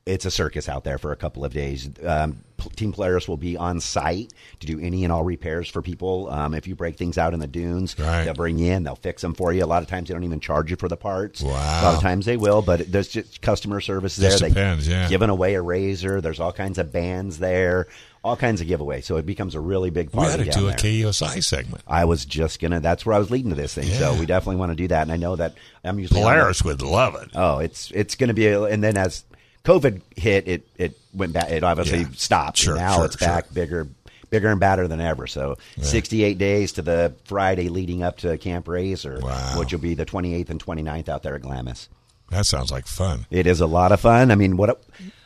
S4: it's a circus out there for a couple of days. Um, P- Team Polaris will be on site to do any and all repairs for people. Um, if you break things out in the dunes, they'll bring you in, they'll fix them for you. A lot of times they don't even charge you for the parts. Wow. A lot of times they will, but there's just customer service there.
S3: Just
S4: They-
S3: depends, yeah.
S4: Giving away a razor. There's all kinds of bands there, all kinds of giveaways. So it becomes a really big
S3: We
S4: party.
S3: ought to
S4: down
S3: do a
S4: there.
S3: KOSI segment.
S4: I was just gonna. That's where I was leading to this thing. So we definitely want to do that, and I know that I'm usually
S3: Polaris would love it.
S4: Oh, it's it's gonna be. a- And then as COVID hit, it it went back. It obviously
S3: Yeah.
S4: stopped.
S3: Sure,
S4: and now
S3: sure,
S4: it's back bigger, bigger and badder than ever. So 68 days to the Friday leading up to Camp Razor, which will be the 28th and 29th out there at Glamis.
S3: That sounds like fun.
S4: It is a lot of fun. I mean, what a-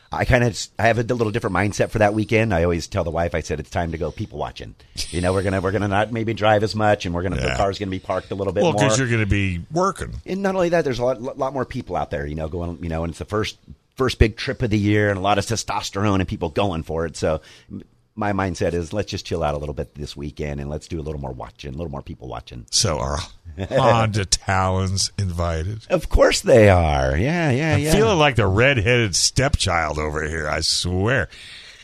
S4: I kind of I have a little different mindset for that weekend. I always tell the wife, I said it's time to go people watching. You know, we're gonna we're gonna not maybe drive as much, and we're gonna the
S3: Yeah.
S4: car's gonna be parked a little bit
S3: Well,
S4: more.
S3: because you're going to be working.
S4: And not only that, there's a lot, lot more people out there, you know, going, you know, and it's the first first big trip of the year, and a lot of testosterone and people going for it. So m- my mindset is let's just chill out a little bit this weekend and let's do a little more watching, a little more people watching.
S3: So are Honda Talons invited?
S4: Of course they are. Yeah, yeah,
S3: I'm
S4: yeah.
S3: feeling like the redheaded stepchild over here. I swear.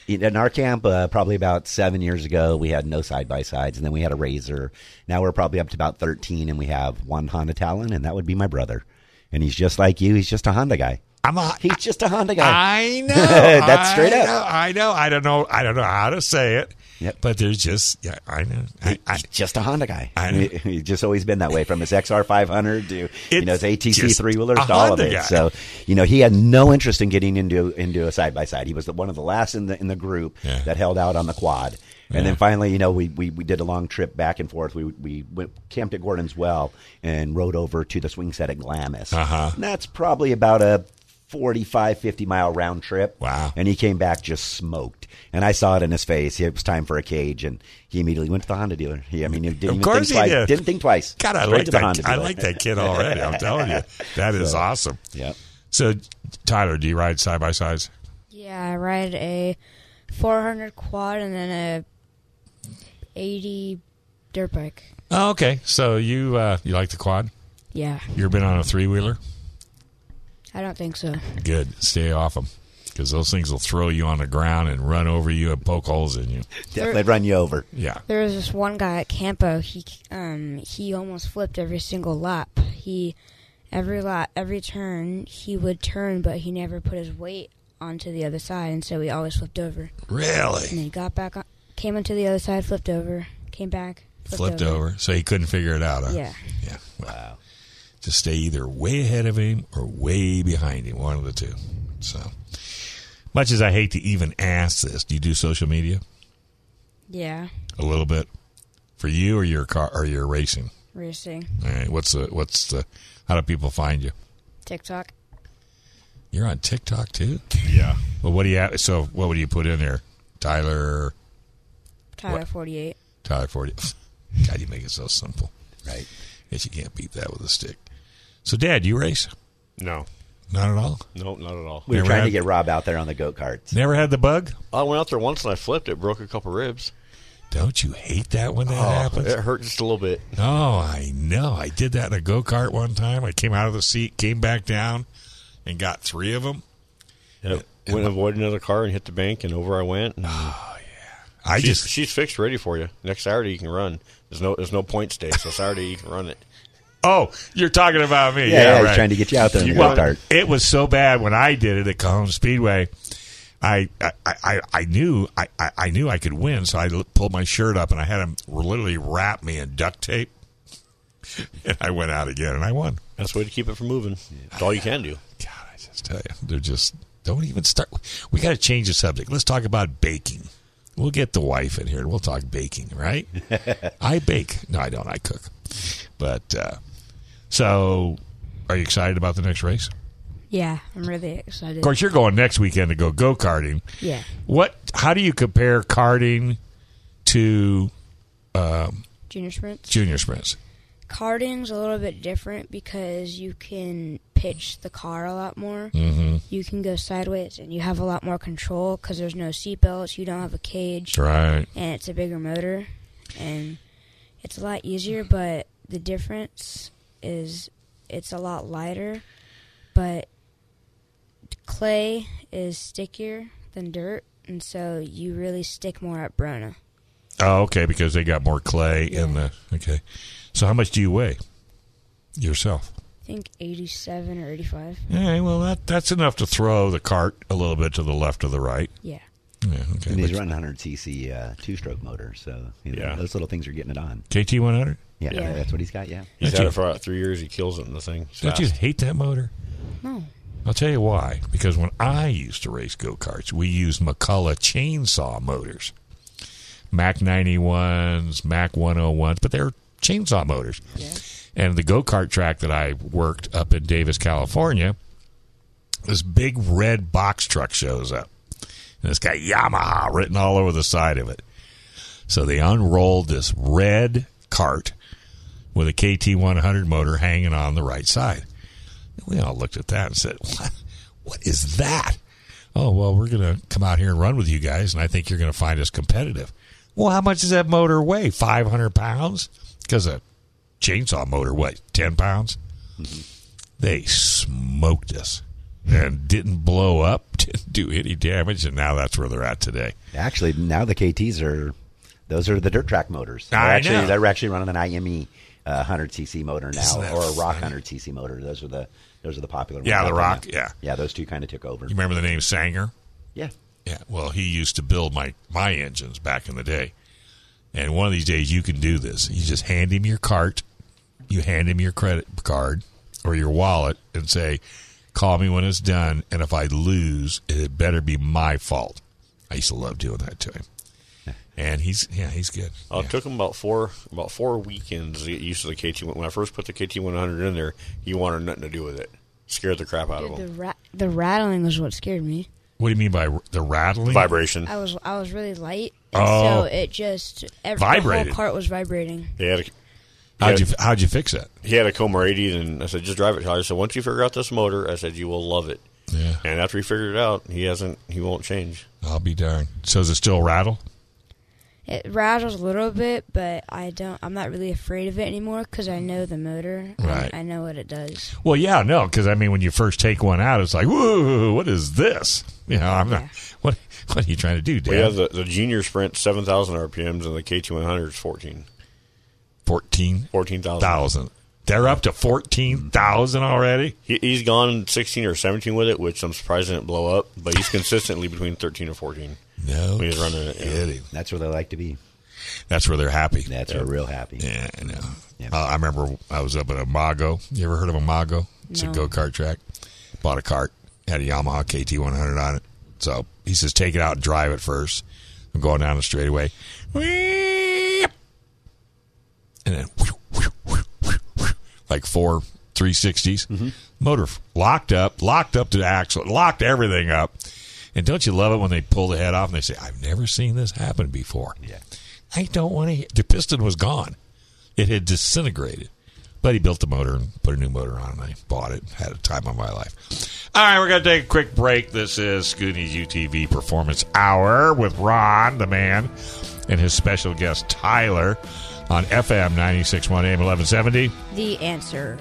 S4: in our camp, uh, probably about seven years ago, we had no side by sides, and then we had a razor. Now we're probably up to about thirteen, and we have one Honda Talon, and that would be my brother. And he's just like you; he's just a Honda guy.
S3: I'm a,
S4: he's just a Honda
S3: guy. I know.
S4: That's straight
S3: I
S4: up.
S3: know, I know. I don't know. I don't know how to say it. But there's just yeah. I know. I, I,
S4: just a Honda guy.
S3: I know.
S4: He- He's just always been that way, from his XR 500 to you know his ATC
S3: just
S4: three wheelers
S3: a
S4: to all of
S3: Honda
S4: it.
S3: guy.
S4: So you know he had no interest in getting into into a side by side. He was the, one of the last in the in the group that held out on the quad. And then
S12: Yeah.
S4: finally, you know, we, we, we did a long trip back and forth. We we went, camped at Gordon's Well and rode over to the swing set at Glamis.
S3: Uh-huh.
S4: And that's probably about a 45, 50 mile round trip. Wow. And he came back just smoked. And I saw it in his face. It was time for a cage, and he immediately went to the Honda dealer. He, I mean, he didn't
S3: Of
S4: even
S3: course
S4: think twice.
S3: he did.
S4: Didn't think twice.
S3: God, I
S4: Straight
S3: like
S4: to the
S3: that.
S4: Honda
S3: I
S4: dealer.
S3: like that kid already. I'm telling you, that is
S4: So,
S3: awesome.
S4: Yeah.
S3: So, Tyler, do you ride side by sides?
S5: Yeah, I ride a 400 quad and then a 80 dirt bike.
S3: Oh, okay. So you uh, you like the quad?
S5: Yeah.
S3: You've been on a three wheeler.
S5: I don't think so.
S3: Good. Stay off them because those things will throw you on the ground and run over you and poke holes in you.
S5: Definitely run
S4: you over.
S3: Yeah.
S5: There was this one guy at Campo. He um he almost flipped every single lap. He every lap, every turn, he would turn, but he never put his weight onto the other side, and so he always flipped over.
S3: Really?
S5: And he got back, on, came onto the other side, flipped over, came back,
S3: Flipped over. so he couldn't figure it out. Huh?
S5: Yeah.
S3: Yeah. Wow. Just stay either way ahead of him or way behind him, one of the two. So, much as I hate to even ask this, do you do social media
S5: Yeah.
S3: a little bit for for you or your car or your racing?
S5: Racing.
S3: All right. What's the what's the how do people find you?
S5: TikTok.
S3: You're on TikTok too. Yeah. Well, what do you have? So what would you put in there? Tyler
S5: Tyler
S3: What?
S5: 48.
S3: Tyler Forty. God, you make it so simple. Right. Yes, you can't beat that with a stick. So, Dad, you race?
S6: No.
S3: Not at all.
S6: No, not at all.
S4: We were
S3: Never
S4: trying to
S3: had-
S4: get Rob out there on the go karts.
S3: Never had the bug.
S6: I went out there once and I flipped it, broke a couple ribs.
S3: Don't you hate that when that
S6: Oh,
S3: happens?
S6: It hurt just a little bit.
S3: Oh, I know. I did that in a go kart one time. I came out of the seat, came back down, and got three of them.
S6: Yeah. Went and avoided another car and hit the bank, and over I went. And oh yeah,
S3: I
S6: she's,
S3: just-
S6: she's fixed, ready for you. Next Saturday you can run. There's no there's no points day, so Saturday you can run it.
S3: Oh, you're talking about me.
S6: Yeah, yeah, he's
S3: right.
S6: trying to get you out there in the
S3: well,
S6: go-kart.
S3: It was so bad when I did it at Cajon Speedway. I I, I, I knew I, I- I knew I could win, so I l- pulled my shirt up and I had him literally wrap me in duct tape, and I went out again and I won.
S6: That's the way to keep it from moving. It's all you can do.
S3: God, I just tell you, they're just don't even start. We got to change the subject. Let's talk about baking. We'll get the wife in here and we'll talk baking, right? I bake. No, I don't. I cook. But uh, so, are you excited about the next race?
S5: Yeah, I'm really excited.
S3: Of course, you're going next weekend to go go karting.
S5: Yeah.
S3: What? How do you compare karting to um,
S5: Junior sprints.
S3: junior sprints?
S5: Karting's a little bit different because you can pitch the car a lot more.
S3: Mhm.
S5: You can go sideways and you have a lot more control because there's no seatbelts. You don't have a cage.
S3: Right.
S5: And it's a bigger motor, and it's a lot easier. But the difference is it's a lot lighter, but clay is stickier than dirt, and so you really stick more at Brona.
S3: Oh, okay, because they got more clay in the. Okay, so how much do you weigh yourself?
S5: I think 87 or 85.
S3: Yeah, well, that that's enough to throw the cart a little bit to the left or the right.
S5: Yeah.
S3: Yeah, okay.
S4: And he's
S3: But-
S4: running 100 cc uh, two stroke motor, so you know,
S3: Yeah.
S4: those little things are getting it on.
S3: KT one hundred.
S4: Yeah, that's what he's got. Yeah,
S6: He's
S3: Don't
S6: had
S3: you-
S6: it for about three years. He kills it in the thing. He's
S3: Don't you
S6: fast.
S3: hate that motor?
S5: No.
S3: I'll tell you why. Because when I used to race go karts, we used McCullough chainsaw motors, Mac 91s, Mac 101s, but they're chainsaw motors. And the go kart track that I worked up in Davis, California, this big red box truck shows up. And it's got Yamaha written all over the side of it. So they unrolled this red cart with a KT100 motor hanging on the right side. And we all looked at that and said, what, what is that? Oh, well, we're going to come out here and run with you guys, and I think you're going to find us competitive. Well, how much does that motor weigh? 500 pounds? Because a chainsaw motor weighs 10 pounds.
S4: Mm-hmm.
S3: They smoked us and didn't blow up, didn't do any damage, and now that's where they're at today.
S4: actually, now the KTs are those are the dirt track motors. They're
S3: I
S4: actually,
S3: know.
S4: They're actually running an IME uh, 100 cc motor now,
S3: Isn't that
S4: or a Rock
S3: funny?
S4: 100 cc motor. Those are the those are the popular.
S3: Yeah,
S4: ones
S3: the
S4: out
S3: Rock,
S4: there now.
S3: yeah.
S4: yeah. Those two kind of took over.
S3: You remember the name Sanger?
S4: Yeah.
S3: Yeah. Well, he used to build my my engines back in the day. And one of these days you can do this. You just hand him your cart, you hand him your credit card or your wallet and say, "Call me when it's done, and if I lose, it better be my fault." I used to love doing that to him. And he's yeah, he's good.
S6: Uh, It took him about four about four weekends to get used to the KT. When I first put the KT 100 in there, he wanted nothing to do with it. Scared the crap out of
S5: The
S6: him.
S5: ra- the rattling was what scared me.
S3: What do you mean by r- the rattling?
S6: Vibration.
S5: I was I was really light, and
S3: Oh.
S5: so it just every, The
S3: Vibrated.
S5: whole cart was vibrating.
S6: He had a,
S3: How'd you how'd you fix that?
S6: he had a Comer 80, and I said, just drive it, Tyler. So once you figure out this motor, I said, you will love it.
S3: Yeah.
S6: And after he figured it out, he hasn't. He won't change.
S3: I'll be darned. So does it still rattle?
S5: It rattles a little bit, but I don't. I'm not really afraid of it anymore because I know the motor. and
S3: Right.
S5: I know what it does.
S3: Well, yeah, no, because I mean, when you first take one out, it's like, "Whoa, what is this?" You know, I'm not. What What are you trying to do,
S6: We have
S3: Dad?
S6: the, the junior sprint 7,000 RPMs, and the KT 100 is 14.
S3: Fourteen
S6: 14,000.
S3: thousand. They're up to fourteen thousand already.
S6: He, he's gone 16 or 17 with it, which I'm surprised didn't blow up, but he's consistently between 13 and 14.
S3: No
S6: When he's running it. yeah.
S4: That's where they like to be.
S3: That's where they're happy.
S4: That's where real happy.
S3: Yeah, I know. Uh, I remember I was up at Imago. You ever heard of Imago? It's a
S5: No.
S3: go kart track. Bought a cart, had a Yamaha KT100 on it. So he says, take it out and drive it first. I'm going down the straightaway. Wheep. and then like four 360s.
S4: Mm-hmm.
S3: Motor f- locked up, locked up to the axle, locked everything up. And don't you love it when they pull the head off and they say, I've never seen this happen before? Yeah. I don't want to. The piston was gone, it had disintegrated. But he built the motor and put a new motor on, and I bought it. Had a time of my life. All right, we're going to take a quick break. This is Scooney's UTV Performance Hour with Ron, the man, and his special guest, Tyler, on FM 96.1 AM 1170.
S5: The answer.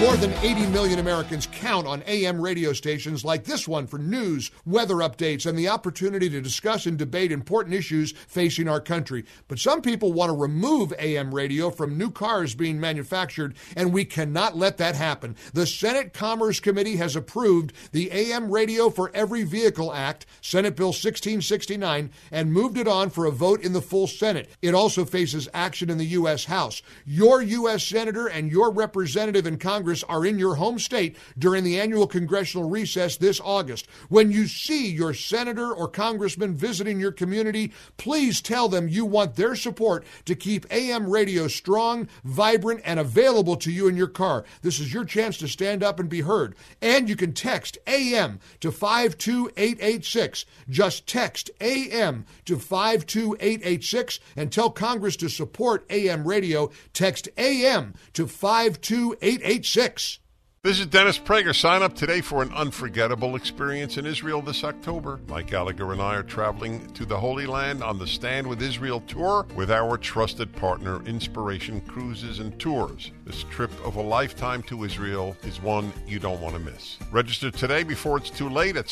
S11: More than 80 million Americans count on AM radio stations like this one for news, weather updates, and the opportunity to discuss and debate important issues facing our country. But some people want to remove AM radio from new cars being manufactured, and we cannot let that happen. The Senate Commerce Committee has approved the AM Radio for Every Vehicle Act, Senate Bill 1669, and moved it on for a vote in the full Senate. It also faces action in the U.S. House. Your U.S. Senator and your representative in Congress are in your home state during the annual congressional recess this August. When you see your senator or congressman visiting your community, please tell them you want their support to keep AM radio strong, vibrant, and available to you in your car. This is your chance to stand up and be heard. And you can text AM to 52886. Just text AM to 52886 and tell Congress to support AM radio. Text AM to 52886.
S15: This is Dennis Prager. Sign up today for an unforgettable experience in Israel this October. Mike Gallagher and I are traveling to the Holy Land on the Stand with Israel tour with our trusted partner, Inspiration Cruises and Tours. This trip of a lifetime to Israel is one you don't want to miss. Register today before it's too late at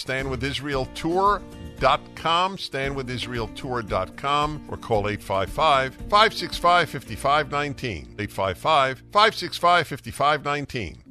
S15: standwithisraeltour.com, standwithisraeltour.com, or call 855 565 5519. 855 565 5519.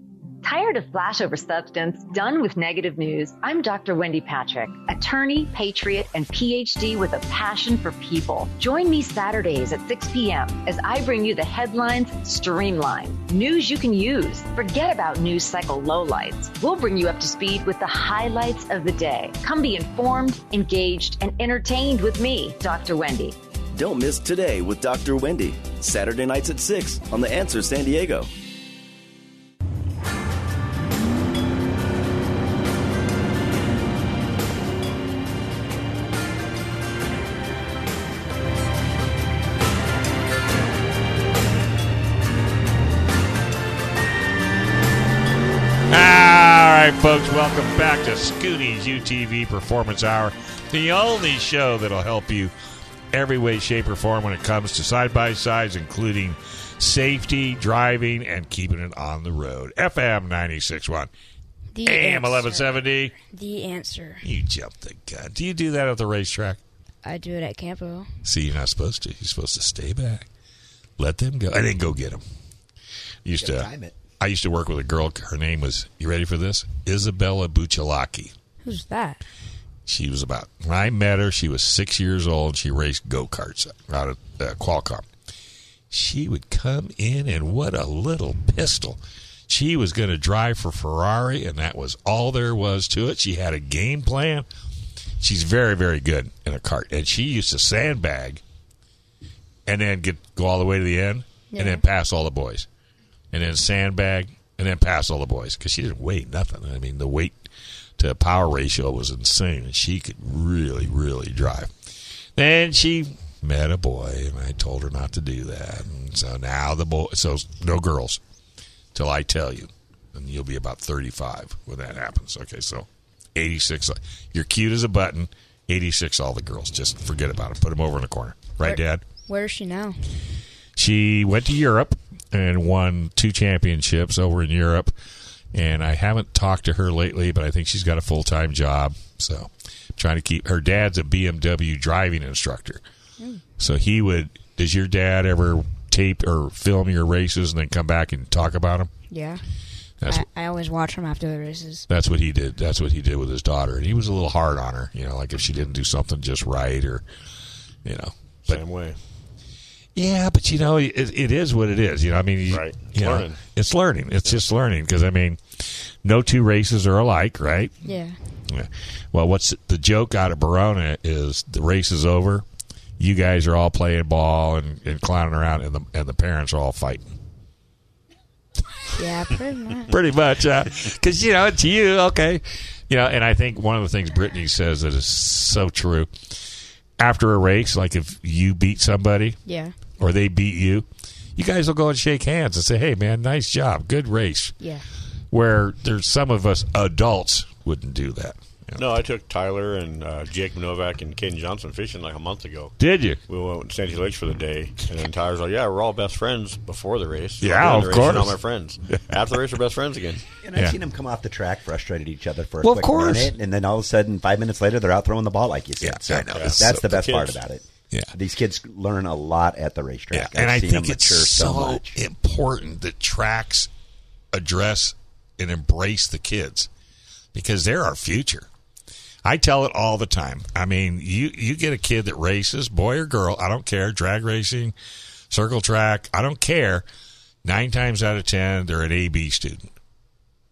S16: Tired of flashover substance? Done with negative news? I'm Dr. Wendy Patrick, attorney, patriot, and PhD with a passion for people. Join me Saturdays at 6 p.m. as I bring you the headlines streamlined, news you can use. Forget about news cycle lowlights. We'll bring you up to speed with the highlights of the day. Come be informed, engaged, and entertained with me, Dr. Wendy.
S17: Don't miss Today with Dr. Wendy, Saturday nights at 6 on The Answer San Diego.
S3: All right, folks, welcome back to Scooty's UTV Performance Hour, the only show that'll help you every way, shape, or form when it comes to side by sides, including safety, driving, and keeping it on the road. FM 96.1,
S5: The
S3: AM
S5: answer.
S3: 1170.
S5: The answer.
S3: You jumped the gun. Do you do that at the racetrack?
S5: I do it at Campo.
S3: See, you're not supposed to. You're supposed to stay back. Let them go. I didn't go get them. Used
S4: You
S3: to.
S4: gotta time it.
S3: I used to work with a girl. Her name was. You ready for this? Isabella Bucciolacci.
S5: Who's that?
S3: She was about. When I met her, she was six years old. She raced go karts out of uh, Qualcomm. She would come in, and what a little pistol! She was going to drive for Ferrari, and that was all there was to it. She had a game plan. She's very, very good in a cart, and she used to sandbag, and then get go all the way to the end,
S18: Yeah.
S3: and then pass all the boys, and then sandbag, and then pass all the boys because she didn't weigh nothing. I mean, the weight to power ratio was insane, and she could really, really drive. Then she met a boy, and I told her not to do that. And so now the boy, so no girls till I tell you, and you'll be about thirty-five when that happens. Okay, so eighty-six, you're cute as a button. Eighty-six, all the girls, just forget about it. Put them over in a corner, right, Dad?
S5: Where is she now?
S3: She went to Europe and won two championships over in Europe. And I haven't talked to her lately, but I think she's got a full time job. So trying to keep her dad's a BMW driving instructor.
S18: Mm.
S3: So he would. Does your dad ever tape or film your races and then come back and talk about them?
S5: Yeah.
S3: That's
S5: I, I always watch them after the races.
S3: that's what he did. That's what he did with his daughter, and he was a little hard on her. You know, like if she didn't do something just right, or you know, same way. Yeah, but you know, it, it is what it is. You know, I mean, you, right?
S6: It's learning.
S3: It's learning. It's just learning because I mean, no two races are alike, right?
S5: Yeah.
S3: Yeah. Well, what's the joke out of Verona is the race is over. You guys are all playing ball and, and clowning around, and the and the parents are all fighting.
S5: Yeah, pretty much.
S3: Pretty much, because you know it's you, okay? You know, and I think one of the things Brittany says that is so true. After a race, like if you beat somebody,
S5: Yeah.
S3: or they beat you, you guys will go and shake hands and say, "Hey, man, nice job, good race."
S5: Yeah.
S3: Where there's some of us adults wouldn't do that.
S6: No, I took Tyler and uh, Jake Novak and Ken Johnson fishing like a month ago.
S3: Did you?
S6: We went to Sandy Lakes for the day, and then Tyler's like, "Yeah, we're all best friends before the race.
S3: Yeah,
S6: During the
S3: of
S6: race, we're
S3: course.
S6: Not my friends. After the race, we're best friends again."
S4: And I've seen them come off the track frustrated at each other for a
S6: Well, of
S4: quick
S6: course.
S4: minute, and then all of a sudden, five minutes later, they're out throwing the ball like you said. Yeah, so
S3: I know.
S4: That's
S3: Yeah.
S4: the best
S3: The
S4: part
S3: kids.
S4: about it.
S3: Yeah,
S4: these kids learn a lot at the racetrack.
S3: and
S4: I've
S3: I
S4: seen 'em
S3: think it's
S4: mature
S3: so,
S4: much.
S3: important that tracks address and embrace the kids because they're our future. I tell it all the time. I mean, you you get a kid that races, boy or girl, I don't care, drag racing, circle track, I don't care. Nine times out of ten, they're an AB student.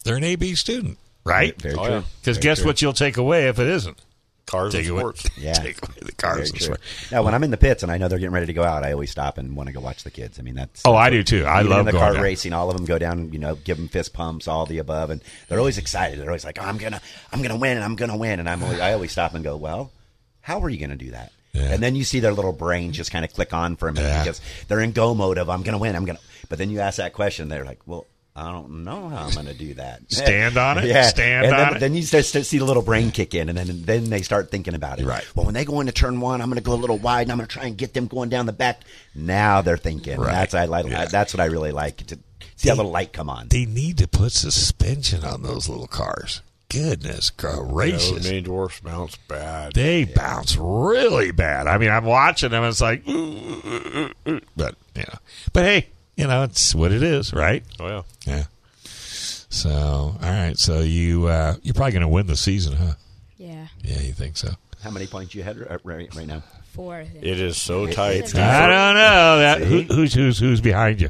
S3: They're an AB student, right?
S6: Very- very Oh, true. yeah.
S3: Because
S6: Very
S3: guess
S6: true.
S3: what? You'll take away if it isn't
S6: cars
S3: take
S6: and
S3: away,
S6: sports.
S3: Yeah, take away the
S4: Very
S3: cars and
S4: true.
S3: sports.
S4: Now, when I'm in the pits and I know they're getting ready to go out, I always stop and want to go watch the kids. I mean, that's
S3: Oh,
S4: that's
S3: I
S4: what-
S3: do, too. I
S4: even
S3: love
S4: in the
S3: going
S4: car
S3: down.
S4: racing. All of them go down, you know, give them fist pumps, all the above, and they're always excited. They're always like, oh, "I'm gonna, I'm gonna win, and I'm gonna win," and I'm, always, I always stop and go, "Well, how are you gonna do that?" And then you see their little brains just kind of click on for a minute because they're in go mode of "I'm gonna win, I'm gonna." But then you ask that question, they're like, "Well." I don't know how Oh, I'm going to do that.
S3: Stand on it?
S4: Yeah.
S3: Stand
S4: and then,
S3: on it?
S4: Then you start to see the little brain kick in, and then then they start thinking about it. Right. Well, when they go into turn one, I'm going to go a little wide, and I'm going to try and get them going down the back. Now they're thinking.
S3: Right.
S4: That's I like. That's what I really like to see that little light come on.
S3: They need to put suspension on those little cars. Goodness gracious.
S6: Those mini dwarfs bounce bad.
S3: They bounce really bad. I mean, I'm watching them. It's like, "Ooh, ooh, ooh, ooh," but you know, but hey, you know, it's what it is, right?
S6: Oh yeah,
S3: yeah. So, all right. So you uh, you're probably going to win the season, huh?
S5: Yeah.
S3: Yeah, you think so?
S4: How many points you had right, right, right now?
S5: Four. I think.
S6: It is so
S4: It-
S6: tight.
S4: it's-
S3: I don't know that who, who's who's who's behind you.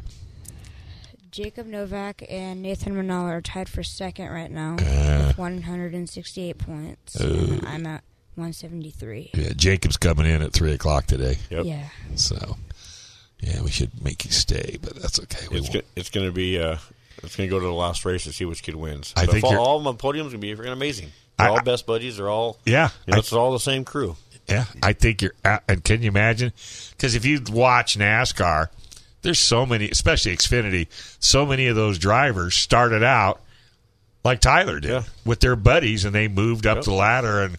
S5: Jacob Novak and Nathan Manala are tied for second right now
S3: Uh.
S5: with 168 points. and
S6: Uh.
S3: Ooh.
S5: I'm at 173.
S3: Yeah, Jacob's coming in at three o'clock today.
S5: Yep. Yeah.
S3: So, yeah, we should make you stay, but that's okay. We
S6: It's
S3: won't.
S6: go- it's going to be uh, it's going to go to the last race and see which kid wins.
S3: I
S6: But
S3: think
S6: all,
S3: you're-
S6: all my podiums going to be freaking amazing. They're
S3: I-
S6: all best buddies. They're all
S3: Yeah,
S6: You know,
S3: I-
S6: it's all the same crew.
S3: Yeah, I think you're. At, and can you imagine? Because if you watch NASCAR, there's so many, especially Xfinity, so many of those drivers started out like Tyler did with their buddies, and they moved up the ladder. And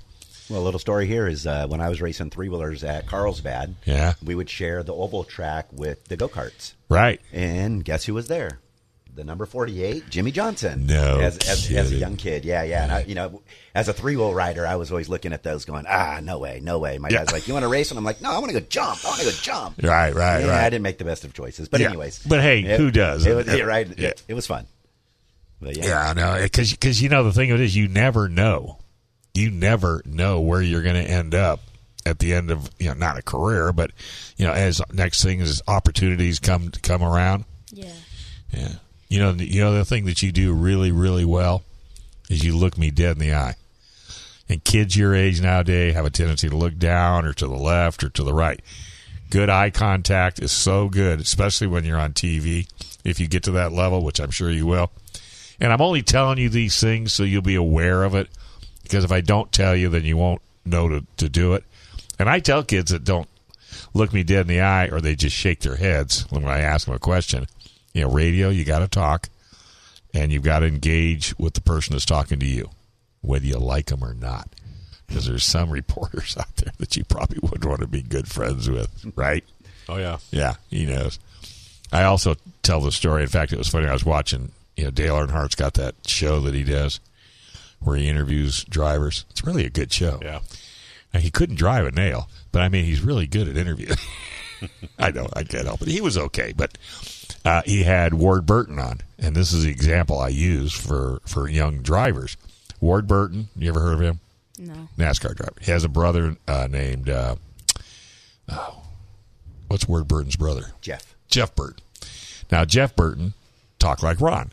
S4: Well, a little story here is uh, when I was racing three wheelers at Carlsbad.
S3: Yeah.
S4: we would share the oval track with the go karts.
S3: right,
S4: And guess who was there? The number forty-eight, Jimmy Johnson.
S3: No
S4: as, as, as a
S3: kidding.
S4: young kid, yeah, yeah. And I, you know, as a three-wheel rider, I was always looking at those, going, "Ah, no way, no way." My
S3: Yeah.
S4: dad's like, "You want to race?" And I'm like, "No, I want to go jump. I want to go jump."
S3: right, right,
S4: Yeah, I
S3: right.
S4: didn't make the best of choices, but
S3: Yeah.
S4: anyways.
S3: But hey,
S4: it-
S3: who does?
S4: It was, yeah, right. It-
S3: Yeah.
S4: It, was fun. But yeah.
S3: Yeah, I know. Because because you know the thing of it is, you never know. You never know where you're going to end up at the end of you know not a career, but you know as next thing is opportunities come come around.
S5: Yeah.
S3: Yeah. You know, you know the thing that you do really, really well is you look me dead in the eye. And kids your age nowadays have a tendency to look down or to the left or to the right. Good eye contact is so good, especially when you're on TV. If you get to that level, which I'm sure you will. And I'm only telling you these things so you'll be aware of it. Because if I don't tell you, then you won't know to, to do it. And I tell kids that don't look me dead in the eye or they just shake their heads when I ask them a question. You know, radio, you got to talk and you've got to engage with the person that's talking to you, whether you like them or not. Because there's some reporters out there that you probably would want to be good friends with, right?
S6: Oh yeah,
S3: Yeah, he knows. I also tell the story. In fact, it was funny. I was watching. You know, Dale Earnhardt's got that show that he does where he interviews drivers. It's really a good show. Yeah. Now, he couldn't drive a nail, but I mean, he's really good at interviewing. I know I can't help it. He was okay, but uh, he had Ward Burton on, and this is the example I use for for young drivers. Ward Burton, you ever heard of him?
S5: No.
S3: NASCAR driver. He has a brother uh, named uh, oh, what's Ward Burton's brother?
S4: Jeff.
S3: Jeff Burton. Now Jeff Burton talked like Ron,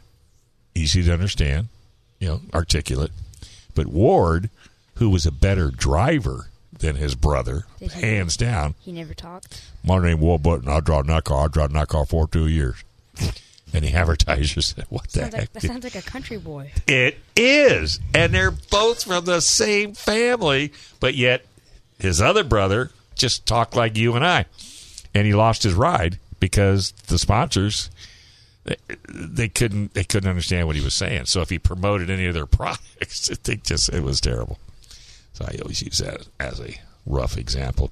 S3: easy to understand, you know, articulate, But Ward, who was a better driver than his brother,
S5: Did he-
S3: hands down,
S5: He never talked.
S3: my name Ward Button. I drive that car. I drive that car for two years. And the advertiser said, "What the
S5: Sounds
S3: heck?"
S5: like, that
S3: dude?
S5: sounds like a country boy.
S3: It is. And they're both from the same family, but yet his other brother just talked like you and I. And he lost his ride because the sponsors they, they couldn't they couldn't understand what he was saying. So if he promoted any of their products, they just it was terrible. So I always use that as a rough example.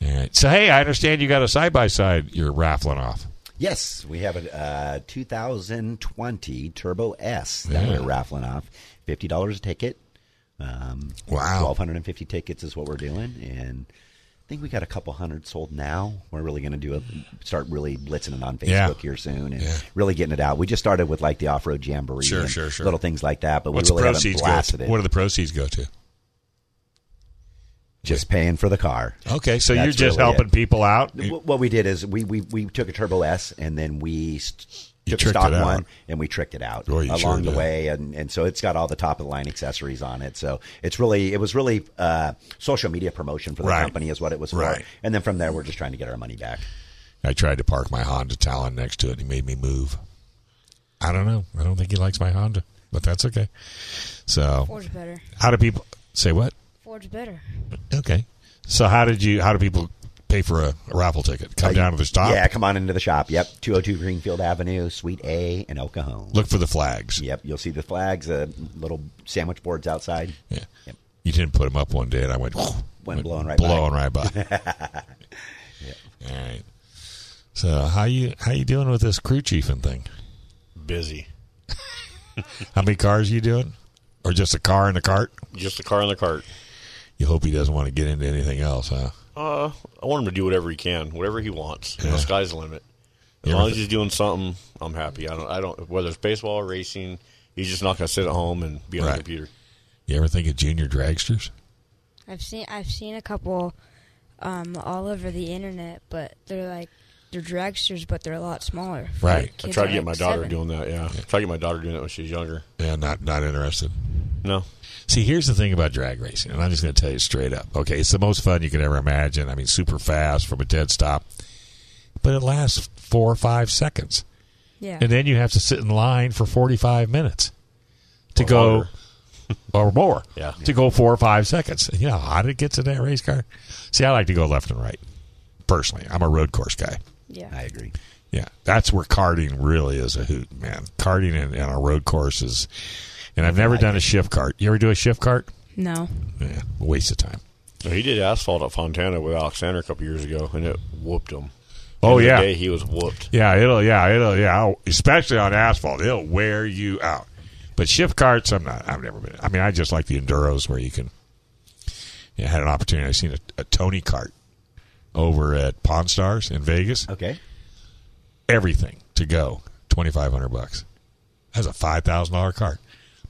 S3: All right. So hey, I understand you got a side by side you're raffling off.
S4: Yes, we have a uh, 2020 Turbo S that
S3: Yeah.
S4: we're raffling off. Fifty dollars a ticket. Um,
S3: wow,
S4: twelve hundred and fifty tickets is what we're doing, and I think we got a couple hundred sold now. We're really going to do a start really blitzing it on Facebook
S3: Yeah.
S4: here soon, and
S3: Yeah.
S4: really getting it out. We just started with like the off road jamboree,
S3: Sure,
S4: and
S3: sure, sure.
S4: little things like that, but
S3: What's
S4: we really
S3: the
S4: haven't
S3: proceeds go
S4: blasted
S3: to?
S4: it.
S3: What do the proceeds go to?
S4: just paying for the car.
S3: Okay, so
S4: That's
S3: you're just
S4: really
S3: helping
S4: it.
S3: people out.
S4: W- What we did is we we, we took a Turbo S and then we st-
S3: You
S4: took a
S3: tricked
S4: stock
S3: it out.
S4: one and we tricked it out
S3: Oh, you
S4: along
S3: sure
S4: the
S3: did.
S4: way, and, and so it's got all the top of the line accessories on it. So it's really it was really uh, social media promotion for the
S3: Right.
S4: company is what it was for,
S3: Right.
S4: and then from there we're just trying to get our money back.
S3: I tried to park my Honda Talon next to it. and He made me move. I don't know. I don't think he likes my Honda, but that's okay. So,
S5: Ford's better.
S3: how do people say what?
S5: Ford's better.
S3: Okay. So, how did you? How do people pay for a, a raffle ticket? Come
S4: Uh,
S3: down to the stop.
S4: Yeah, come on into the shop. Yep, two hundred two Greenfield Avenue, Suite A in El Cajon.
S3: Look for the flags.
S4: Yep, you'll see the flags, uh, little sandwich boards outside.
S3: Yeah. You didn't put them up one day, and I went.
S4: Went blowing right
S3: blowing
S4: by.
S3: right by. All right. So how you how you doing with this crew chiefing thing?
S6: Busy.
S3: How many cars you doing, or just a car and a cart?
S6: Just the car in the cart.
S3: You hope he doesn't want to get into anything else, huh?
S6: Uh, I want him to do whatever he can, whatever he wants.
S3: Yeah.
S6: The sky's the limit. As
S3: You ever
S6: long as
S3: th-
S6: he's doing something, I'm happy. I don't. I don't. Whether it's baseball or racing, he's just not going to sit at home and be on
S3: Right.
S6: the computer.
S3: You ever think of junior dragsters?
S5: I've seen I've seen a couple um, all over the internet, but they're like they're dragsters, but they're a lot smaller.
S3: Right.
S6: I
S5: Kids
S6: try
S5: are
S6: to get
S5: like
S6: my daughter
S5: seven.
S6: doing that. Yeah. I try to get my daughter doing that when she's younger.
S3: Yeah, not not interested.
S6: No.
S3: See, here's the thing about drag racing, and I'm just going to tell you straight up. Okay, it's the most fun you can ever imagine. I mean, super fast from a dead stop, but it lasts four or five seconds,
S5: Yeah.
S3: and then you have to sit in line for 45 minutes to go or more.
S6: Yeah.
S3: to go four or five seconds. You know how did it get to that race car? See, I like to go left and right. Personally, I'm a road course guy.
S5: Yeah.
S4: I agree.
S3: Yeah, that's where karting really is a hoot, man. Karting and, and our road courses. And I've never done a shift cart. You ever do a shift cart?
S5: No.
S3: Yeah, a waste of time.
S6: No, he did asphalt at Fontana with Alexander a couple years ago, and it whooped him.
S3: Oh,
S6: The other
S3: yeah.
S6: day he was whooped.
S3: Yeah, it'll, yeah, it'll, yeah, I'll- especially on asphalt, it'll wear you out. But shift carts, I'm not, I've never been, I mean, I just like the Enduros where you can, yeah, I had an opportunity. I seen a, a Tony cart over at Pawn Stars in Vegas.
S4: Okay.
S3: Everything to go, 2500 bucks. That's a $5,000 cart.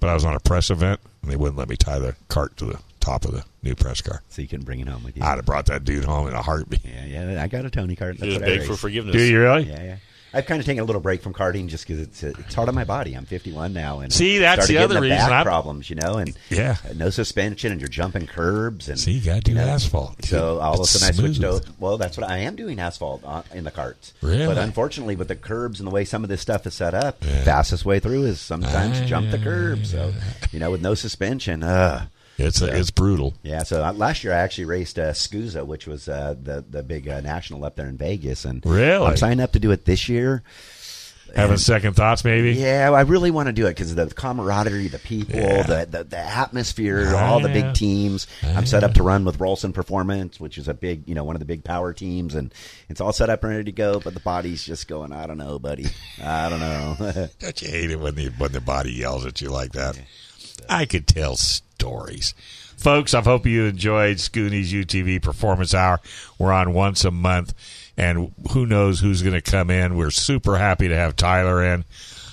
S3: But I was on a press event and they wouldn't let me tie the cart to the top of the new press car.
S4: So you couldn't bring it home with you.
S3: I'd have brought that dude home in a heartbeat.
S4: Yeah, yeah. I got a Tony cart. That's
S6: Just
S4: what I
S6: beg
S4: race.
S6: for forgiveness.
S3: Do you really?
S4: Yeah, yeah. I've kind of taken a little break from karting just because it's it's hard on my body. I'm 51 now, and
S3: See, that's
S4: started
S3: the
S4: getting
S3: other
S4: back
S3: reason I-
S4: problems, you know, and uh,
S3: Yeah.
S4: no suspension, and you're jumping curbs, and
S3: See, you gotta do asphalt.
S4: So all of a
S3: It's
S4: sudden, I switched over.
S3: smooth.
S4: Well, that's what I am doing asphalt on, in the carts.
S3: Really?
S4: But unfortunately, with the curbs and the way some of this stuff is set up, fastest way through is sometimes
S3: Ah,
S4: jump the curb. So you know, with no suspension, uh,
S3: It's, a, it's brutal.
S4: yeah, so uh, last year I actually raced uh, Scusa, which was uh, the the big uh, national up there in Vegas, and
S3: Really?
S4: I'm signed up to do it this year.
S3: Having second thoughts, maybe?
S4: Yeah, I really want to do it because of the camaraderie, the people, the, the the atmosphere, all the
S3: Yeah.
S4: big teams. I'm set up to run with Rolson Performance, which is a big, you know, one of the big power teams, and it's all set up and ready to go. But the body's just going, I don't know, buddy, I don't know.
S3: Don't you hate it when the when the body yells at you like that? I could tell stories. Folks, I hope you enjoyed Scooney's UTV Performance Hour. We're on once a month, and who knows who's going to come in. We're super happy to have Tyler in.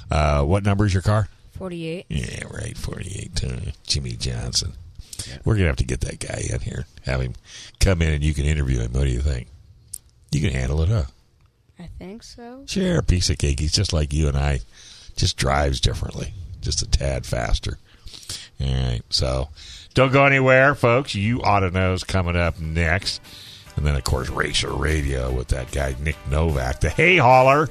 S3: Uh, what number is your car?
S5: Forty-eight.
S3: Yeah, right, 48. uh, Jimmy Johnson. We're going to have to get that guy in here, have him come in, and you can interview him. What do you think? You can handle it, huh?
S5: I think so.
S3: Sure, a piece of cake. He's just like you and I, just drives differently, just a tad faster. All right. So don't go anywhere, folks. You ought to know is coming up next. And then, of course, Racer Radio with that guy, Nick Novak, the hay hauler,